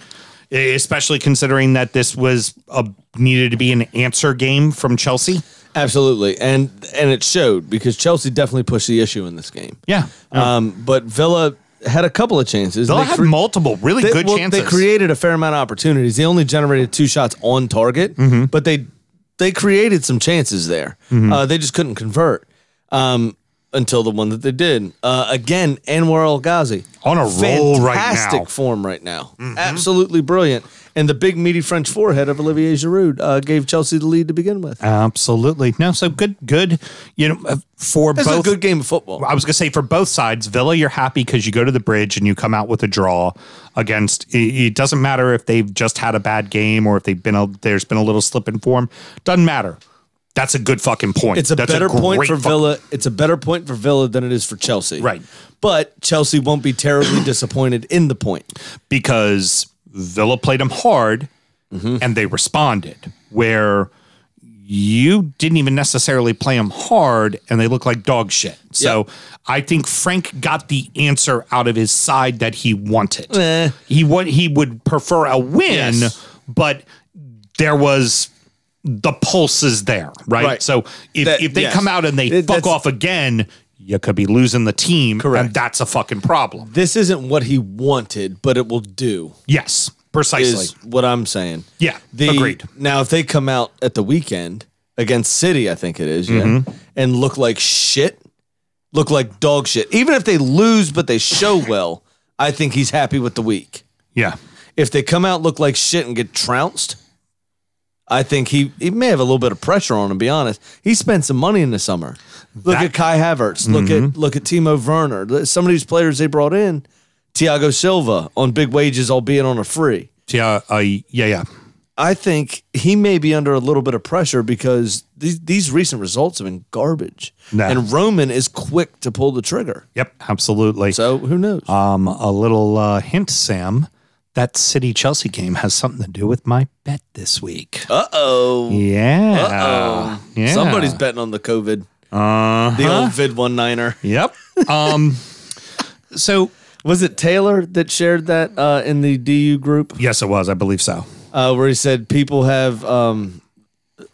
e- especially considering that this was a, needed to be an answer game from Chelsea. [LAUGHS] Absolutely, and and it showed because Chelsea definitely pushed the issue in this game. Yeah. Um, but Villa had a couple of chances. Villa They had cre- multiple really they- good well, chances. They created a fair amount of opportunities. They only generated two shots on target, Mm-hmm. but they they created some chances there. Uh, they just couldn't convert um, until the one that they did. Uh, again, Anwar El Ghazi On a roll right now. Mm-hmm. fantastic form right now, absolutely brilliant. And the big meaty French forehead of Olivier Giroud uh, gave Chelsea the lead to begin with. Absolutely. No, so good, good, you know, uh, for It's a both. good game of football. I was gonna say for both sides, Villa, you're happy because you go to the bridge and you come out with a draw against. It, it doesn't matter if they've just had a bad game or if they've been a, there's been a little slip in form. Doesn't matter. That's a good fucking point. It's a That's better point great for fuck- Villa. It's a better point for Villa than it is for Chelsea. Right. But Chelsea won't be terribly disappointed in the point. because Villa played them hard and they responded. Where you didn't even necessarily play them hard and they look like dog shit. So I think Frank got the answer out of his side that he wanted. Eh. He would he would prefer a win, Yes. but there was the pulse is there, right? Right. So if, That- if they yes. come out and they It- fuck that's- off again, you could be losing the team, Correct. and that's a fucking problem. This isn't what he wanted, but it will do. Yes, precisely. Is what I'm saying. Yeah, The, agreed. Now, if they come out at the weekend against City, I think it is, yeah, Mm-hmm. and look like shit, look like dog shit. Even if they lose, but they show well, I think he's happy with the week. yeah. if they come out look like shit and get trounced, I think he he may have a little bit of pressure on him. To be honest, he spent some money in the summer. Look That- Mm-hmm. at Kai Havertz. Look at look at Timo Werner. Look- Some of these players they brought in, Thiago Silva on big wages, albeit on a free. Yeah, uh, yeah, yeah. I think he may be under a little bit of pressure because these these recent results have been garbage, Nah. and Roman is quick to pull the trigger. Yep, absolutely. So who knows? um, a little uh, hint, Sam. That City Chelsea game has something to do with my bet this week. Uh oh. yeah. Uh-oh. Yeah. Uh-huh. Somebody's betting on the COVID. [LAUGHS] The old vid one niner. Yep. um, so Was it Taylor that shared that uh, in the DU group yes, it was. I believe so. uh, where he said people have um,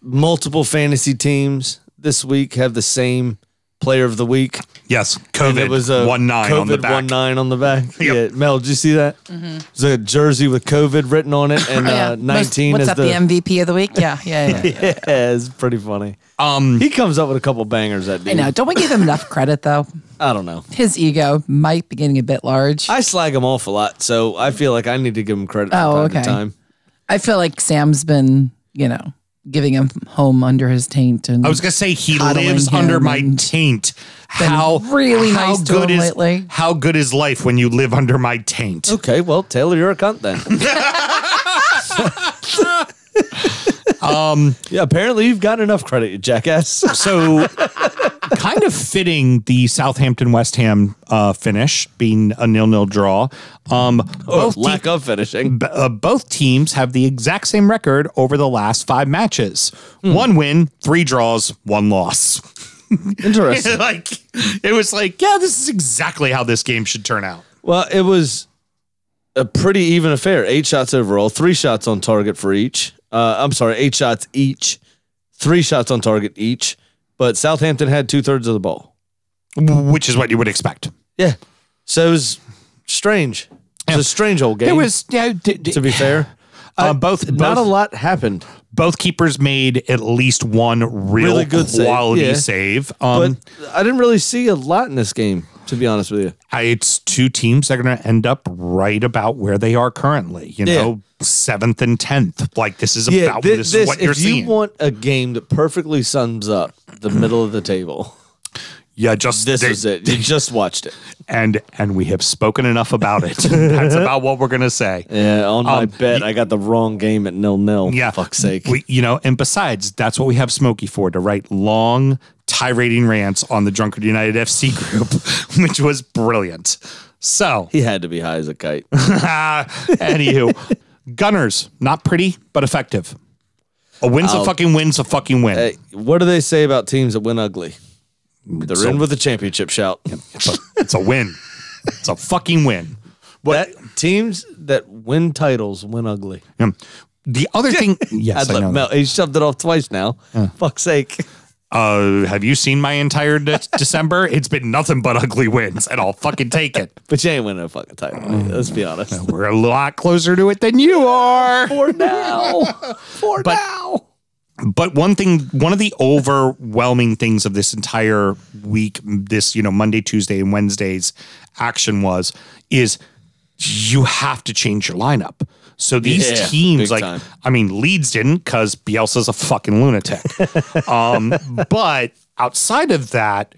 multiple fantasy teams this week have the same player of the week? Yes, And COVID. it was a one nine COVID on the back. one nine on the back. [LAUGHS] Yep. Yeah, Mel, did you see that? It was a jersey with COVID written on it, and uh, Mm-hmm. [COUGHS] Yeah. Most- nineteen what's is up, the, MVP of the week? Yeah, yeah, yeah. yeah. [LAUGHS] yeah, it's pretty funny. Um, He comes up with a couple bangers that dude. I know. Don't we give him enough credit though? I don't know. His ego might be getting a bit large. I, I slag him off a lot, so I feel like I need to give him credit. Oh, from time to okay. time. feel like Sam's been, you know, giving him home under his taint, and I was gonna say he Coddling lives him under my and taint. How really how nice to good him is lately. how good is life when you live under my taint? Okay, well, Taylor, you're a cunt then. Um, yeah, apparently you've got enough credit, you [LAUGHS] jackass. So, kind of fitting the Southampton West Ham uh, finish being a nil nil draw. Um, both, te- Lack of finishing. b- uh, both teams have the exact same record over the last five matches one win, three draws, one loss. [LAUGHS] Interesting. like, it was like, yeah, this is exactly how this game should turn out. Well, it was a pretty even affair. Eight shots overall, three shots on target for each. Uh, I'm sorry, eight shots each, three shots on target each. But Southampton had two thirds of the ball. Which is what you would expect. Yeah. So it was strange. It's a strange old game. It was yeah, d- d- to be [SIGHS] fair. Um, Uh, both, Not a both- lot happened. both keepers made at least one real Really good save, quality yeah. save. But Um, I didn't really see a lot in this game, to be honest with you. I- it's two teams that are going to end up right about where they are currently. You Yeah. know, seventh and tenth. Like this is about thi- this, is what if you're you seeing. want a game that perfectly sums up the middle of the table, yeah, just this they- is it. You just watched it. and and we have spoken enough about it. [LAUGHS] That's about what we're going to [LAUGHS] say. Yeah, on my Um, bet, I got the wrong game at nil nil. Yeah. fuck's sake. We, you know, and besides, that's what we have Smokey for to write long tirading rants on the Drunkard United FC group, [LAUGHS] which was brilliant. So, he had to be high as a kite. [LAUGHS] anywho, Gunners, not pretty, but effective. A win's a fucking win's a fucking win. Oh. Hey, what do they say about teams that win ugly? They're So- in with a championship shout. It's, a, it's a win. It's a fucking win. What teams that win titles win ugly? Um, The other [LAUGHS] thing, yes, I'd I let know. Mel. He shoved it off twice now. Fuck's sake. [LAUGHS] Uh, have you seen my entire de- December? It's been nothing but ugly wins, and I'll fucking take it. But you ain't winning a fucking title. mate. Let's be honest. [LAUGHS] We're a lot closer to it than you are. [LAUGHS] [LAUGHS] For now. For But- now. But one thing, one of the overwhelming things of this entire week, this, you know, Monday, Tuesday, and Wednesday's action was, is you have to change your lineup. So these Yeah, big teams, like, time. I mean, Leeds didn't because Bielsa's a fucking [LAUGHS] lunatic. um, but outside of that,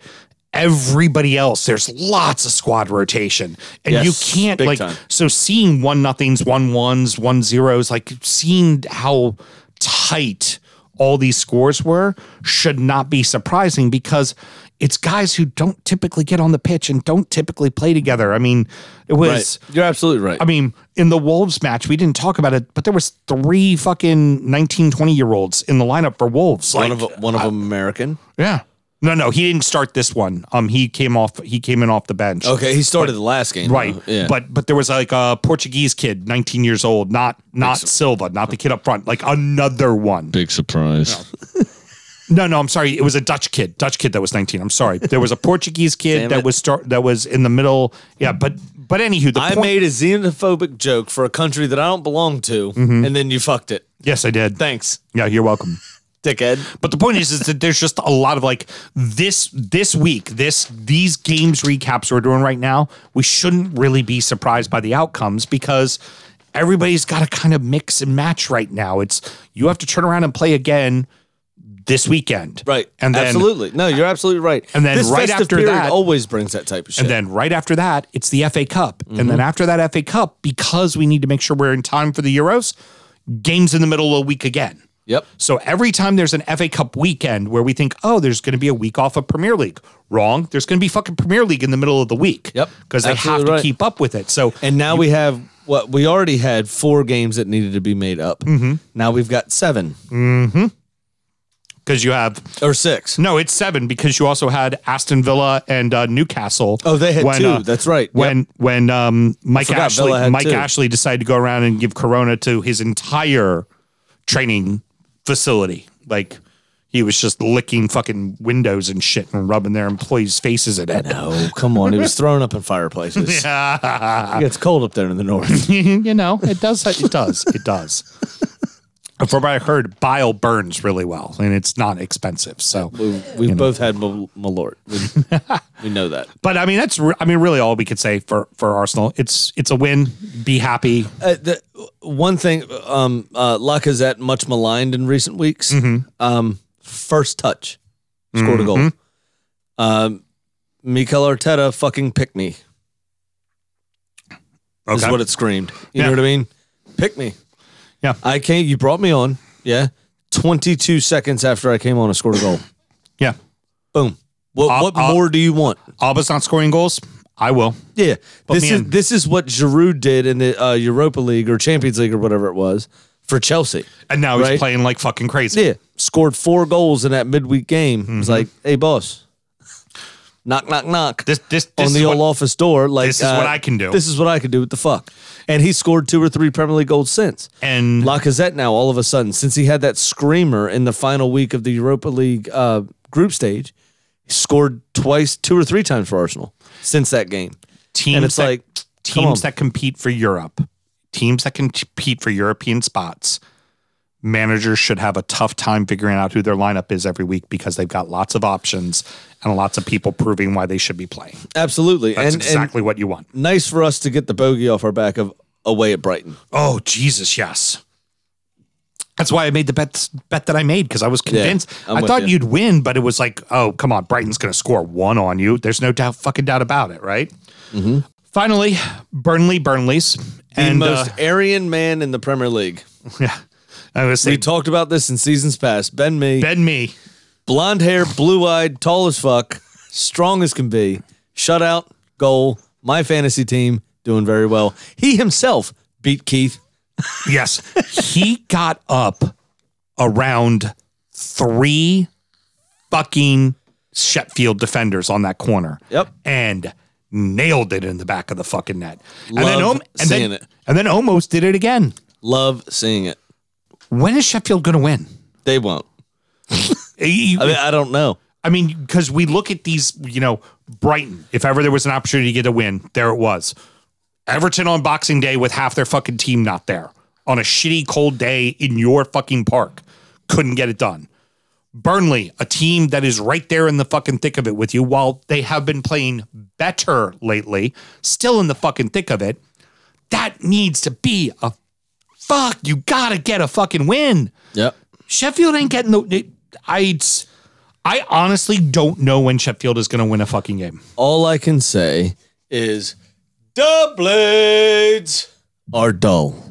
everybody else, there's lots of squad rotation. And Yes, you can't, big like, time. so seeing one nothings, one ones, one zeros, like seeing how tight all these scores were should not be surprising because it's guys who don't typically get on the pitch and don't typically play together. I mean, it was. Right. You're absolutely right. I mean, in the Wolves match, we didn't talk about it, but there was three fucking 19, 20 year olds in the lineup for Wolves. Like, one of one of them American. yeah. No, no, he didn't start this one. Um, he came off. He came in off the bench. Okay, he started the last game. Right. though. Yeah. But but there was like a Portuguese kid, 19 years old, not not Silva, not the kid up front, like another one. big surprise. No, no, I'm sorry. It was a Dutch kid. Dutch kid that was 19. I'm sorry. There was a Portuguese kid Damn that it. was start that was in the middle. Yeah, but but anywho, the I point made a xenophobic joke for a country that I don't belong to, and then you fucked it. Yes, I did. Thanks, Yeah, you're welcome. dickhead. But the point is, is that there's just a lot of like this this week, this these games recaps we're doing right now. We shouldn't really be surprised by the outcomes because everybody's got to kind of mix and match right now. It's you have to turn around and play again this weekend, Right. And then absolutely. No, you're absolutely right. And then this right festive after period that- always brings that type of shit. And then right after that, it's the FA Cup. And Mm-hmm. then after that FA Cup, because we need to make sure we're in time for the Euros, games in the middle of the week again. Yep. So every time there's an FA Cup weekend where we think, oh, there's going to be a week off of Premier League, wrong. There's going to be fucking Premier League in the middle of the week. Yep. Because they have Absolutely to right. keep up with it. So And now we have what we already had four games that needed to be made up. Now we've got seven because you have or six. no, it's seven because you also had Aston Villa and uh, Newcastle. uh, Oh, they had two. That's right. Yep. When when um, Mike forgot Ashley Villa had Mike two. Ashley decided to go around and give Corona to his entire training facility, like. He was just licking fucking windows and shit and rubbing their employees' faces in it. Oh, come on. It was thrown up in [LAUGHS] fireplaces. [LAUGHS] It gets cold up there in the north. you know, it does. It does. It does. And From what I heard, bile burns really well, and it's not expensive. So, We've both had Mal- Malort. [LAUGHS] We, we know that. but I mean, that's re- I mean, really all we could say for for Arsenal. It's it's a win. Be happy. Uh, the, one thing, um, uh, Lacazette, much maligned in recent weeks. Mm-hmm. Um, first touch, scored a goal. Mm-hmm. Um, Mikel Arteta, fucking pick me. is Okay. what it screamed. You Yeah. know what I mean? Pick me. Yeah. I can't. You brought me on. Yeah. 22 seconds after I came on, I scored a goal. Yeah, Boom. What, Uh, what uh, more do you want? Alba's not scoring goals. I will. Yeah. This me is in. this is what Giroud did in the uh, Europa League or Champions League or whatever it was for Chelsea. And now he's Right. playing like fucking crazy. Yeah. Scored four goals in that midweek game. Mm-hmm. It's like, hey, boss. Knock, knock, knock. This this, this on is the old what- office door, like uh, this is what I can do. This is what I can do. What the fuck? And he scored two or three Premier League goals since. and Lacazette now all of a sudden since he had that screamer in the final week of the Europa League uh, group stage, he scored twice, two or three times for Arsenal since that game. teams and it's that- like teams that compete for Europe, teams that can compete for European spots, managers should have a tough time figuring out who their lineup is every week because they've got lots of options and lots of people proving why they should be playing. Absolutely. That's and, exactly what you want. and nice for us to get the bogey off our back of away at Brighton. Oh Jesus, yes. That's why I made the bet bet that I made because I was convinced. I'm I with thought you. you'd win, but it was like, oh come on, Brighton's going to score one on you. There's no doubt, fucking doubt about it, right? Finally, Burnley, Burnley's, and Mm-hmm. the most uh, Aryan man in the Premier League. yeah, I was We saying, talked about this in seasons past. Ben Me, bend me. blonde hair, blue eyed, tall as fuck, strong as can be. Shutout, goal. My fantasy team doing very well. He himself beat Keith. Yes, he got up around three fucking Sheffield defenders on that corner. Yep. and nailed it in the back of the fucking net. and Love then, om- and seeing then, it. and then almost did it again. Love seeing it. When is Sheffield going to win? They won't. You- I mean, I don't know. I mean, because we look at these, you know, Brighton. If ever there was an opportunity to get a win, there it was. Everton on Boxing Day with half their fucking team not there on a shitty cold day in your fucking park. Couldn't get it done. Burnley, a team that is right there in the fucking thick of it with you, while they have been playing better lately, still in the fucking thick of it. That needs to be a fuck. You gotta get a fucking win. Yep. Sheffield ain't getting the. I I honestly don't know when Sheffield is going to win a fucking game. All I can say is Dublades are dull.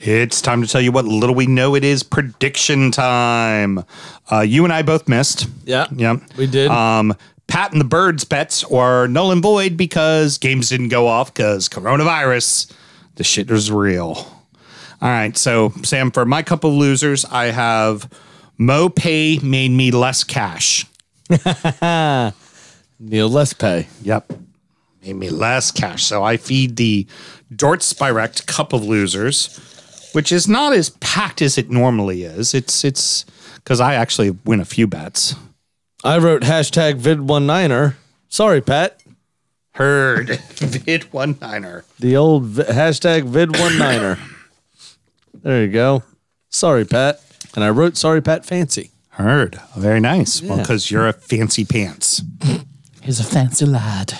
It's time to tell you what little we know. It is prediction time. Uh, you and I both missed. Yeah. Yeah, We did. Um, Pat and the Birds bets are null and void because games didn't go off because coronavirus. The shit is real. All right, so Sam, for my couple losers, I have MoPay made me less cash. Neil, less pay. Yep. Made me less cash. So I feed the Dort Spirect Cup of Losers, which is not as packed as it normally is. It's it's because I actually win a few bets. I wrote hashtag vid19er. Sorry, Pat. Heard [LAUGHS] vid one niner. The old vi- hashtag vid19er. [COUGHS] there you go. Sorry, Pat. And I wrote sorry, Pat fancy. Heard. Very nice. Well, because you're a fancy pants. He's a fancy lad.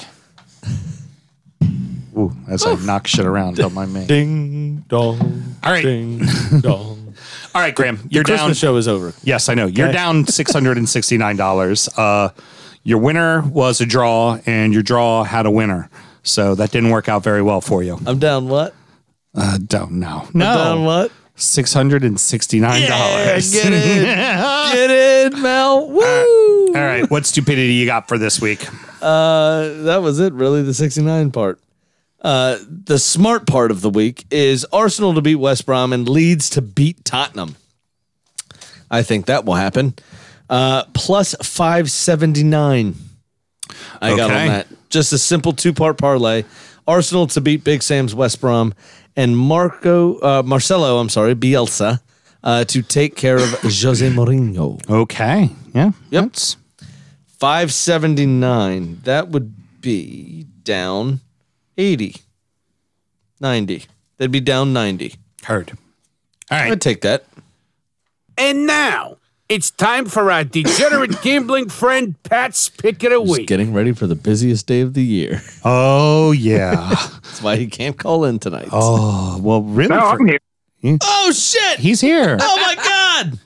Ooh, as I knock shit around, don't mind me. Ding dong. All right. Ding dong. [LAUGHS] All right, Graham. You're down. Christmas show is over. Yes, I know. You're [LAUGHS] down six hundred and sixty nine dollars. Uh, your winner was a draw, and your draw had a winner, so that didn't work out very well for you. I'm down what? Uh, don't know. I'm down what? six hundred and sixty nine dollars. Yeah, get it. [LAUGHS] Get it, Mel. Woo. All right, what stupidity you got for this week? Uh, that was it, really, the 69 part. Uh, the smart part of the week is Arsenal to beat West Brom and Leeds to beat Tottenham. I think that will happen. Uh, plus 579. I got Okay. on that. Just a simple two part parlay. Arsenal to beat Big Sam's West Brom and Marco uh, Marcelo, I'm sorry, Bielsa uh, to take care of Jose Mourinho. Okay, yeah, Yep. Hmm? 579. That would be down 80. 90. That'd be down 90. heard. All I'd right, take that. And now it's time for our [COUGHS] degenerate gambling friend Pat's pick of the week. Getting ready for the busiest day of the year. [LAUGHS] oh [LAUGHS] yeah. That's why he can't call in tonight. oh well, really? for- I'm here. Oh, shit. he's here. Oh, [LAUGHS] my God.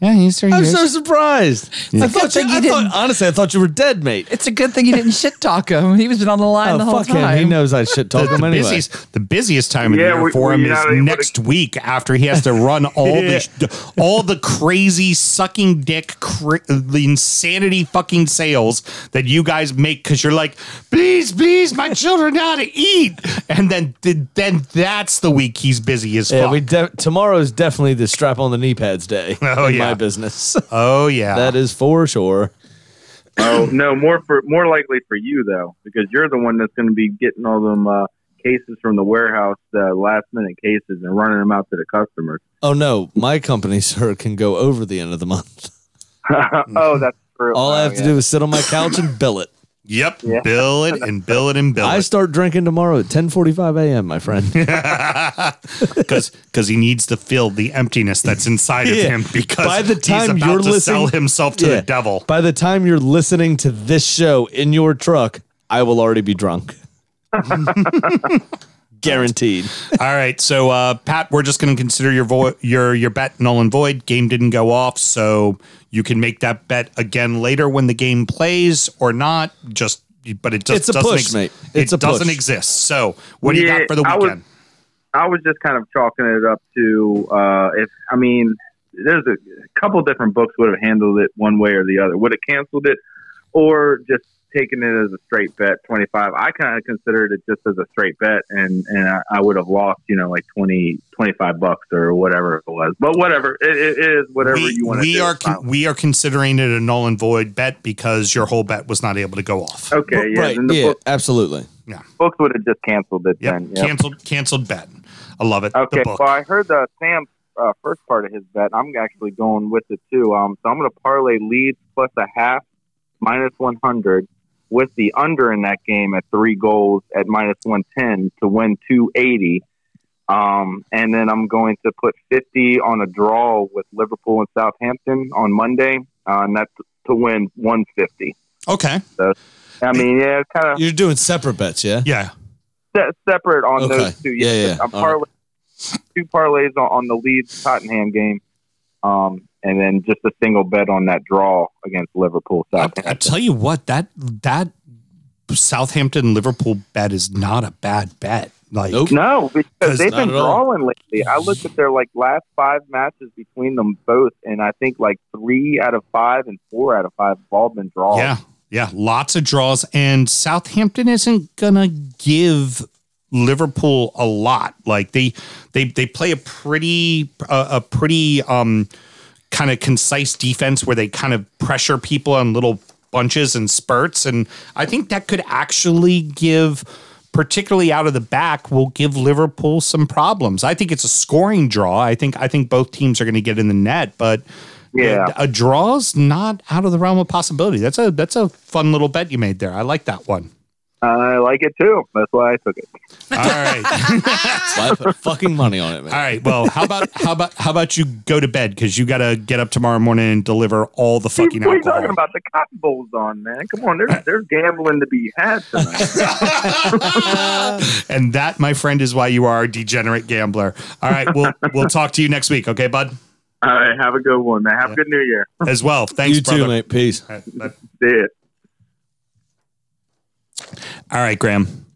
Yeah, he's here. I'm He is. so surprised. I thought you, thing I you thought, didn't- honestly, I thought you were dead, mate. It's a good thing you didn't shit talk him. He was been on the line Oh, the whole fuck time. him. He knows I shit [LAUGHS] talk the, him the Oh, anyway. busiest, the busiest time of the Yeah, year we- for him we is not able to- next week after he has [LAUGHS] to run all the all the crazy sucking dick, cr- the insanity fucking sales that you guys make because you're like, please, please, my children gotta eat, and then then that's the week he's busy as Yeah, fuck. we de- tomorrow's definitely the strap on the knee pads day. Oh, in yeah. my business. Ah. oh yeah, that is for sure. [CLEARS THROAT] Oh no, more for more likely for you though, because you're the one that's going to be getting all them uh, cases from the warehouse, uh, last minute cases, and running them out to the customers. Oh no, my company, [LAUGHS] sir, can go over the end of the month. oh, that's true. All I Wow, have to yeah. do is sit on my couch and bill it. Yep. Yeah. Bill it and bill it and bill I start drinking tomorrow at 10:45 a.m., my friend. because because he needs to fill the emptiness that's inside of [LAUGHS] Yeah. him because By the he's time about you're to sell listening- himself to Yeah. the devil. By the time you're listening to this show in your truck, I will already be drunk. Guaranteed. All right, so uh, Pat, we're just going to consider your vo- your your bet null and void. Game didn't go off, so you can make that bet again later when the game plays or not. Just but it just It's a doesn't push, ex- mate. It's it a push. doesn't exist. So what do you Yeah, got for the I weekend? was- I was just kind of chalking it up to uh, if I mean, there's a couple different books would have handled it one way or the other. Would have canceled it, or just taken it as a straight bet, twenty five. I kind of considered it just as a straight bet, and and I, I would have lost, you know, like 20, 25 bucks or whatever it was. But whatever, it, it is whatever we, you want to we do. are Fine. con- we are considering it a null and void bet because your whole bet was not able to go off. okay, yeah. right. then the Yeah, book- absolutely. books would have just canceled it Yep. then. Yep. Canceled canceled bet. I love it. Okay. The book. Well, I heard the Sam's uh, first part of his bet. I'm actually going with it too. Um, so I'm going to parlay leads plus a half, minus 100, with the under in that game at three goals at minus 110 to win 280. Um, and then I'm going to put 50 on a draw with Liverpool and Southampton on Monday, uh, and that's to win 150. Okay. I mean, yeah, it's kind of You're doing separate bets, yeah? Yeah. se- separate on Okay. those two. Yeah, yeah. I'm All parlay- two parlays on, on the Leeds Tottenham game, um, and then just a single bet on that draw against Liverpool I, Southampton. I tell you what, that that Southampton Liverpool bet is not a bad bet. Like Nope. no, because 'Cause they've not been at all. drawing lately. I looked at their like last five matches between them both, and I think like three out of five and four out of five have all been draws. yeah, yeah, lots of draws, and Southampton isn't gonna give Liverpool a lot. Like they they they play a pretty uh, a pretty um kind of concise defense where they kind of pressure people on little bunches and spurts. And I think that could actually give, particularly out of the back, will give Liverpool some problems. I think it's a scoring draw. I think I think both teams are going to get in the net, but Yeah. a, a uh, draw's not out of the realm of possibility. That's a that's a fun little bet you made there. I like that one. I like it too. That's why I took it. All right. So I put fucking money on it, man. All right. Well, how about how about how about you go to bed because you got to get up tomorrow morning and deliver all the fucking what are you alcohol. talking about? The cotton bowl's on, man. Come on, there's there's gambling to be had tonight. [LAUGHS] [LAUGHS] and that, my friend, is why you are a degenerate gambler. All right, we'll we'll talk to you next week, okay, bud? All right, have a good one, man. Have a good New Year. As well. Thanks, You brother. too, mate. Peace. All right, bye. See ya. All right, Graham.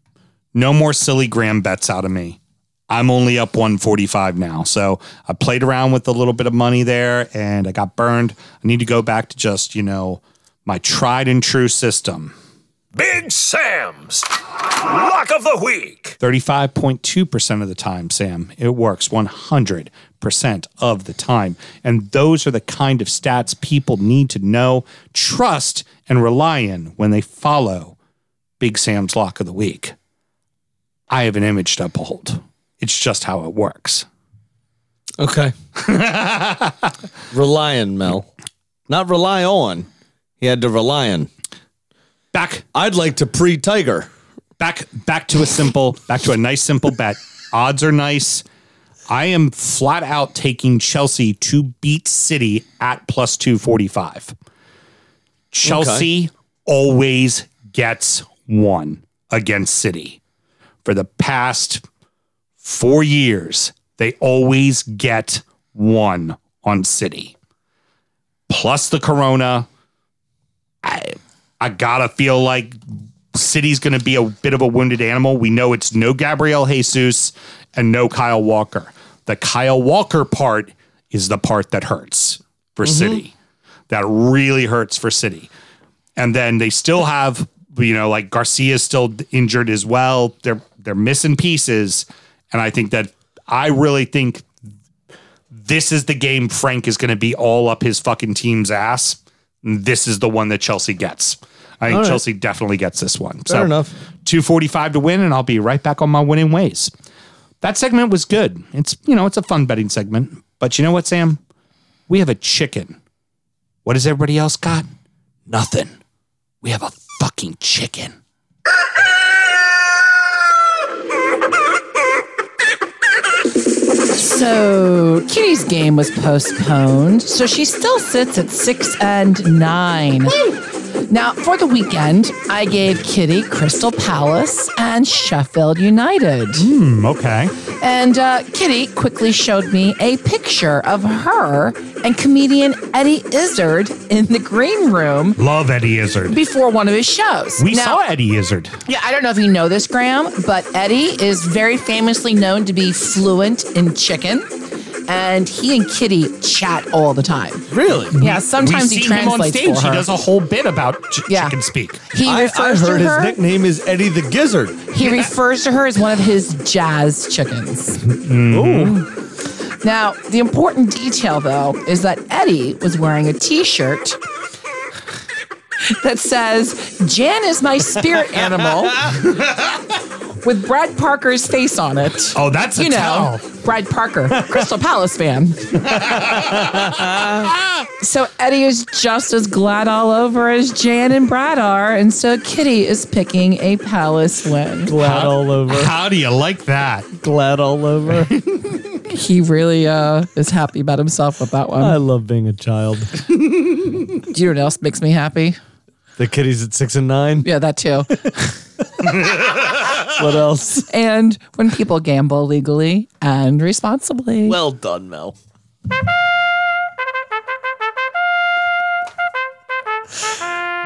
No more silly Graham bets out of me. I'm only up 145 now. So I played around with a little bit of money there and I got burned. I need to go back to just, you know, my tried and true system. Big Sam's Lock of the Week. 35.2% of the time, Sam. It works 100% of the time. And those are the kind of stats people need to know, trust, and rely in when they follow Big Sam's Lock of the Week. I have an image to uphold. It's just how it works. [LAUGHS] Okay. Relying, Mel. Not rely on. He had to rely on. Back, I'd like to pre Tiger. back, back to a simple, back to a nice simple bet. Odds are nice. I am flat out taking Chelsea to beat City at plus 245. Chelsea always gets one against City. For the past four years, they always get one on City. Plus the Corona. I, I gotta feel like City's gonna be a bit of a wounded animal. We know it's no Gabriel Jesus and no Kyle Walker. The Kyle Walker part is the part that hurts for City. That really hurts for City. And then they still have, you know, like Garcia's still injured as well. They're they're missing pieces. And I think that I really think this is the game Frank is going to be all up his fucking team's ass. This is the one that Chelsea gets. I think Chelsea definitely gets this one. Fair enough. 245 to win, and I'll be right back on my winning ways. That segment was good. It's, you know, it's a fun betting segment. But you know what, Sam? We have a chicken. What does everybody else got? Nothing. We have a fucking chicken. So Kitty's game was postponed, so she still sits at six and nine. Now, for the weekend, I gave Kitty Crystal Palace and Sheffield United. Hmm, okay. And uh, Kitty quickly showed me a picture of her and comedian Eddie Izzard in the green room Love Eddie Izzard. before one of his shows. We Now- saw Eddie Izzard. yeah, I don't know if you know this, Graham, but Eddie is very famously known to be fluent in chicken, and he and Kitty chat all the time. Really? Yeah, sometimes We've he seen him on translates stage. for He her. does a whole bit about ch- Yeah. chicken speak. he I, I refers heard to his her. nickname is Eddie the Gizzard. He refers to her as one of his jazz chickens. Mm-hmm. Now, the important detail, though, is that Eddie was wearing a t shirt that says, Jan is my spirit [LAUGHS] animal, with Brad Parker's face on it. Oh, that's a you know, tell. Brad Parker, Crystal Palace [LAUGHS] fan. so Eddie is just as glad all over as Jan and Brad are, and so Kitty is picking a Palace win. Glad all over. How do you like that? Glad all [LAUGHS] over. He really uh, is happy about himself with that one. Uh, I love being a child. Do you know what else makes me happy? The kitty's at six and nine. Yeah, that too. What else? and when people gamble legally and [LAUGHS] responsibly. Well done, Mel.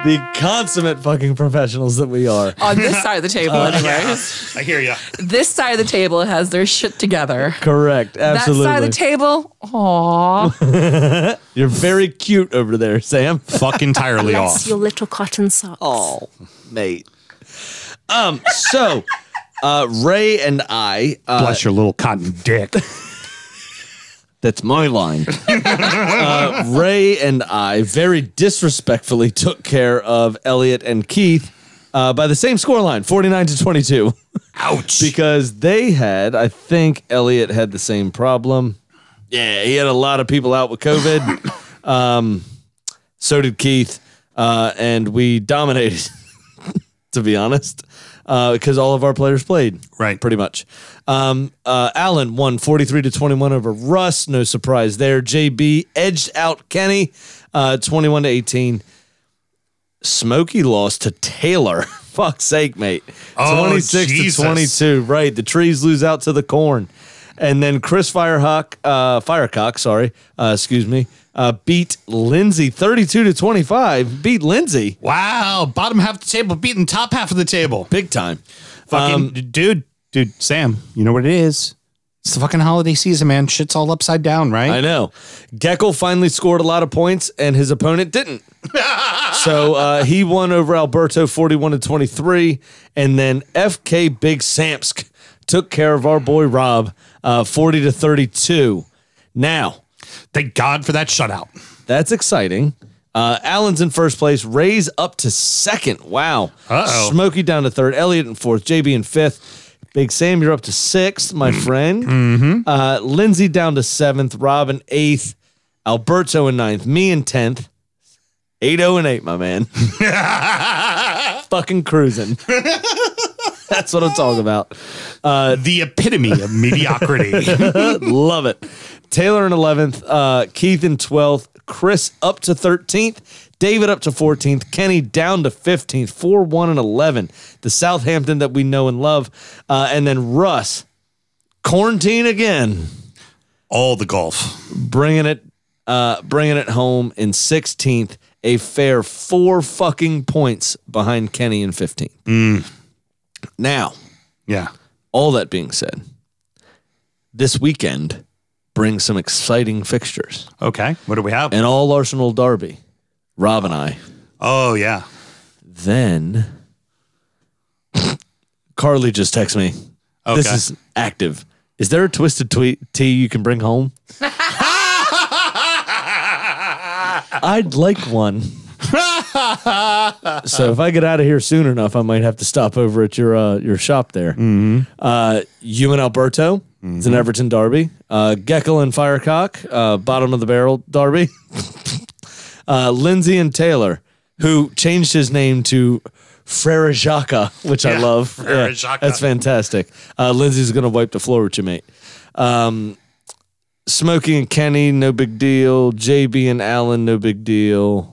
The consummate fucking professionals that we are. on this side of the table, Uh, anyway. I hear you. This side of the table has their shit together. Correct. Absolutely. That side of the table, aw. You're very cute over there, Sam. Fuck entirely off. That's your little cotton socks. Oh, mate. Um, so uh Ray and I uh Bless your little cotton dick. That's my line. [LAUGHS] uh, Ray and I very disrespectfully took care of Elliot and Keith uh, by the same scoreline, 49 to 22, Ouch. because they had, I think Elliot had the same problem. Yeah, he had a lot of people out with COVID. um, [COUGHS] so did Keith. Uh, and we dominated, [LAUGHS] to be honest, because all of our players played Right. pretty much. Um, uh, Allen won 43 to 21 over Russ. No surprise there. JB edged out Kenny uh, 21 to 18. Smokey lost to Taylor. [LAUGHS] Fuck's sake, mate. Oh, 26 Jesus. to 22. Right. The trees lose out to the corn. And then Chris Firehock, uh, Firecock, sorry, uh, excuse me, uh, beat Lindsay 32 to 25. Beat Lindsay Wow. Bottom half of the table beating top half of the table. big time. Fucking Um, d- dude, dude, Sam, you know what it is? It's the fucking holiday season, man. Shit's all upside down, right? I know. Geckel finally scored a lot of points, and his opponent didn't. so uh, he won over Alberto 41 to 23. And then FK Big Samsk took care of our boy Rob uh, 40 to 32. Now, Thank God for that [LAUGHS] shutout. that's exciting. Uh, Allen's in first place. Ray's up to second. Wow. Uh-oh. Smokey down to third. Elliot in fourth. JB in fifth. Big Sam, you're up to sixth, my friend. Mm-hmm. Uh, Lindsay down to seventh. Rob in eighth. Alberto in ninth. Me in tenth. 8 0 and 8, my man. [LAUGHS] Fucking cruising. That's what I'm talking about. The epitome of mediocrity. [LAUGHS] Love it. Taylor in 11th, uh, Keith in 12th, Chris up to 13th, David up to 14th, Kenny down to 15th, 4 1 and 11. The Southampton that we know and love. Uh, and then Russ, quarantine again, all the golf. bringing it, uh, bringing it home in 16th, a fair four fucking points behind Kenny in 15th. Now, Yeah. all that being said, this weekend brings some exciting fixtures. Okay. What do we have? An all Arsenal derby, Rob and I. oh, yeah. Then Carly just texted me. This Okay. is active. Is there a twisted tweet tea you can bring home? I'd like one. so if I get out of here soon enough, I might have to stop over at your uh, your shop there. Uh, you and Alberto, it's an Everton derby. Uh, Geckel and [LAUGHS] Firecock, uh, bottom of the barrel derby. uh, Lindsay and Taylor, who changed his name to Frere Jacques, which I Yeah, love. Frere Yeah, Jacques. That's fantastic. Uh, Lindsay's going to wipe the floor with you, mate. Um, Smokey and Kenny, no big deal. JB and Allen, no big deal.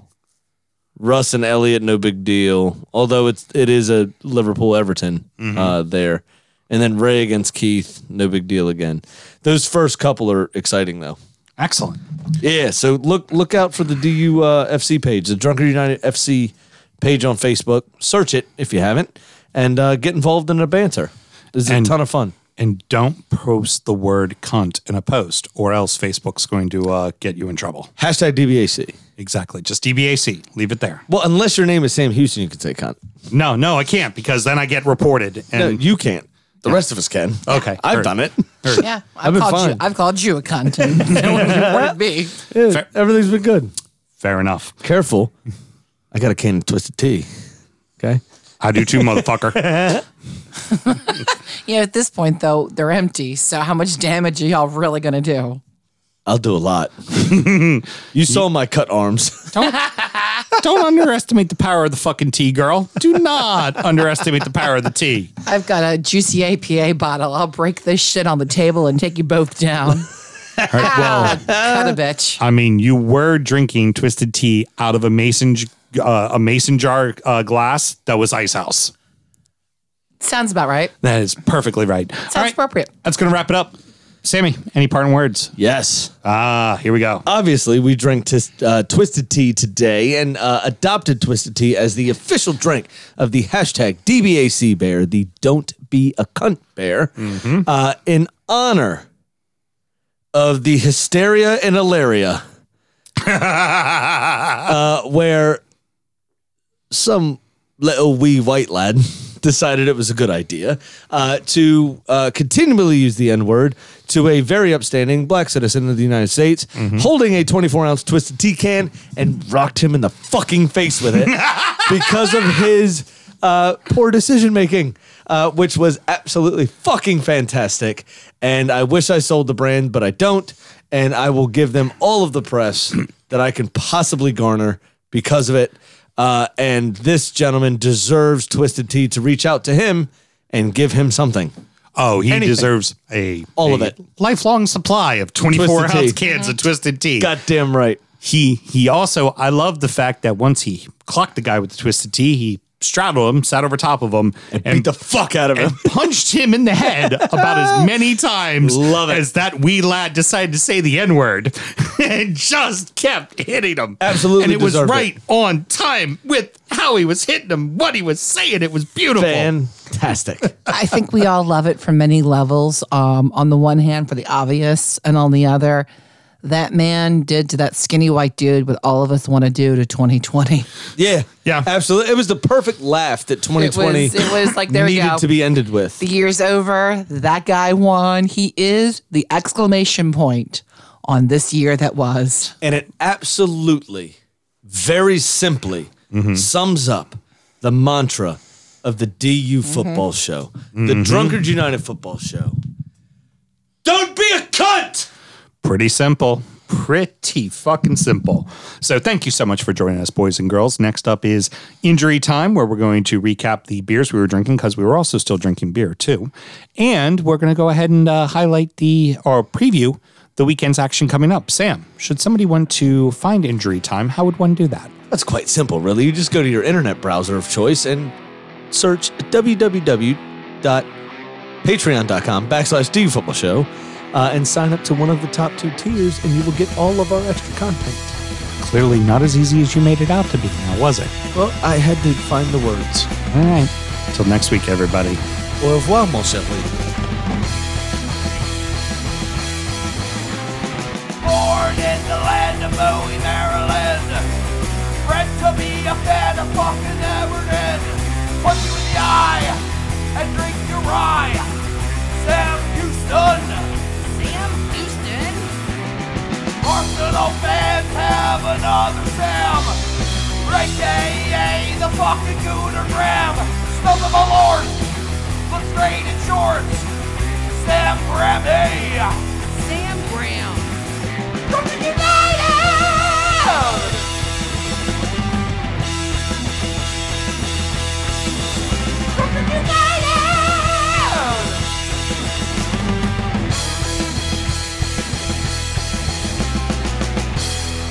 Russ and Elliot, no big deal. Although it's it is a Liverpool Everton uh, there, and then Ray against Keith, no big deal again. Those first couple are exciting though. Excellent. Yeah, so look look out for the DU uh, FC page, the Drunkard United FC page on Facebook. Search it if you haven't, and uh, get involved in the banter. This is And- a ton of fun. And don't post the word cunt in a post, or else Facebook's going to uh, get you in trouble. Hashtag DBAC. Exactly. Just DBAC. Leave it there. Well, unless your name is Sam Houston, you can say cunt. No, no, I can't because then I get reported. No, And Oh, you can't. The rest of us can. Okay, I've heard. done it. [LAUGHS] Yeah, I've I've been called you. fine. I've called you a cunt. And I wouldn't know [LAUGHS] what it'd be. Yeah, Everything's been good. fair enough. Careful. I got a can of twisted tea. Okay. I do too, motherfucker. Yeah, at this point though, they're empty. So how much damage are y'all really gonna do? I'll do a lot. you saw my cut [LAUGHS] arms. Don't underestimate the power of the fucking tea, girl. Do not underestimate the power of the tea. I've got a juicy APA bottle. I'll break this shit on the table and take you both down. [LAUGHS] well, Cut a bitch. I mean, you were drinking twisted tea out of a mason j- uh, a mason jar uh, glass that was ice house. Sounds about right. That is perfectly right. All Sounds right, appropriate. that's gonna wrap it up. Sammy, any parting words? Yes. Ah, here we [LAUGHS] go. obviously we drank tis, uh, twisted tea today and uh, adopted twisted tea as the official drink of the hashtag dbac bear the don't be a cunt bear uh, in honor of the hysteria and hilaria [LAUGHS] uh, where some little wee white lad [LAUGHS] decided it was a good idea uh, to uh, continually use the N word to a very upstanding black citizen of the United States holding a 24 ounce twisted tea can and rocked him in the fucking face with it because of his uh, poor decision making, uh, which was absolutely fucking fantastic. And I wish I sold the brand, but I don't. And I will give them all of the press that I can possibly garner because of it. Uh, and this gentleman deserves Twisted Tea to reach out to him and give him something. Oh, he Anything. deserves a All a of it. lifelong supply of twenty four Twisted ounce tea. cans Mm-hmm. of twisted tea. Goddamn right. He he also I love the fact that once he clocked the guy with the twisted tea, he straddled him, sat over top of him, and, Beat the fuck out of him. and [LAUGHS] punched him in the head about as [LAUGHS] many times Love it. as that wee lad decided to say the N word [LAUGHS] and just kept hitting him. Absolutely And it was deserved it. right on time with how he was hitting him, what he was saying. It was beautiful. Fantastic. I think we all love it from many levels. Um, on the one hand, for the obvious, and on the other, that man did to that skinny white dude what all of us want to do to 2020. yeah. Yeah. Absolutely. It was the perfect laugh that It 2020 was, it was like, there we needed go. to be ended with. the year's over. That guy won. He is the exclamation point on this year that was. and it absolutely, very simply sums up the mantra of the DU football show, the Drunkards United football show. Don't be a cunt. Pretty simple. Pretty fucking simple. So, thank you so much for joining us, boys and girls. Next up is injury time, where we're going to recap the beers we were drinking because we were also still drinking beer too. And we're going to go ahead and uh, highlight the or preview the weekend's action coming up. Sam, should somebody want to find injury time, how would one do that? That's quite simple, really. You just go to your internet browser of choice and search www.patreon.com backslash DU football show uh, and sign up to one of the top two tiers, and you will get all of our extra content. Clearly, not as easy as you made it out to be, now was it? Well, I had to find the words. All right. Till next week, everybody. Au revoir, mon cher Lee. born in the land of Bowie, Maryland. Bred to be a fan of fucking Everton. Punch you in the eye and drink your rye. Sam Houston. Sam Houston. Arsenal fans have another Sam. Great day, the fucking Gooner Graham. Snub of a lord. Looks great in shorts. Sam Grammy. [LAUGHS] Sam Graham. United!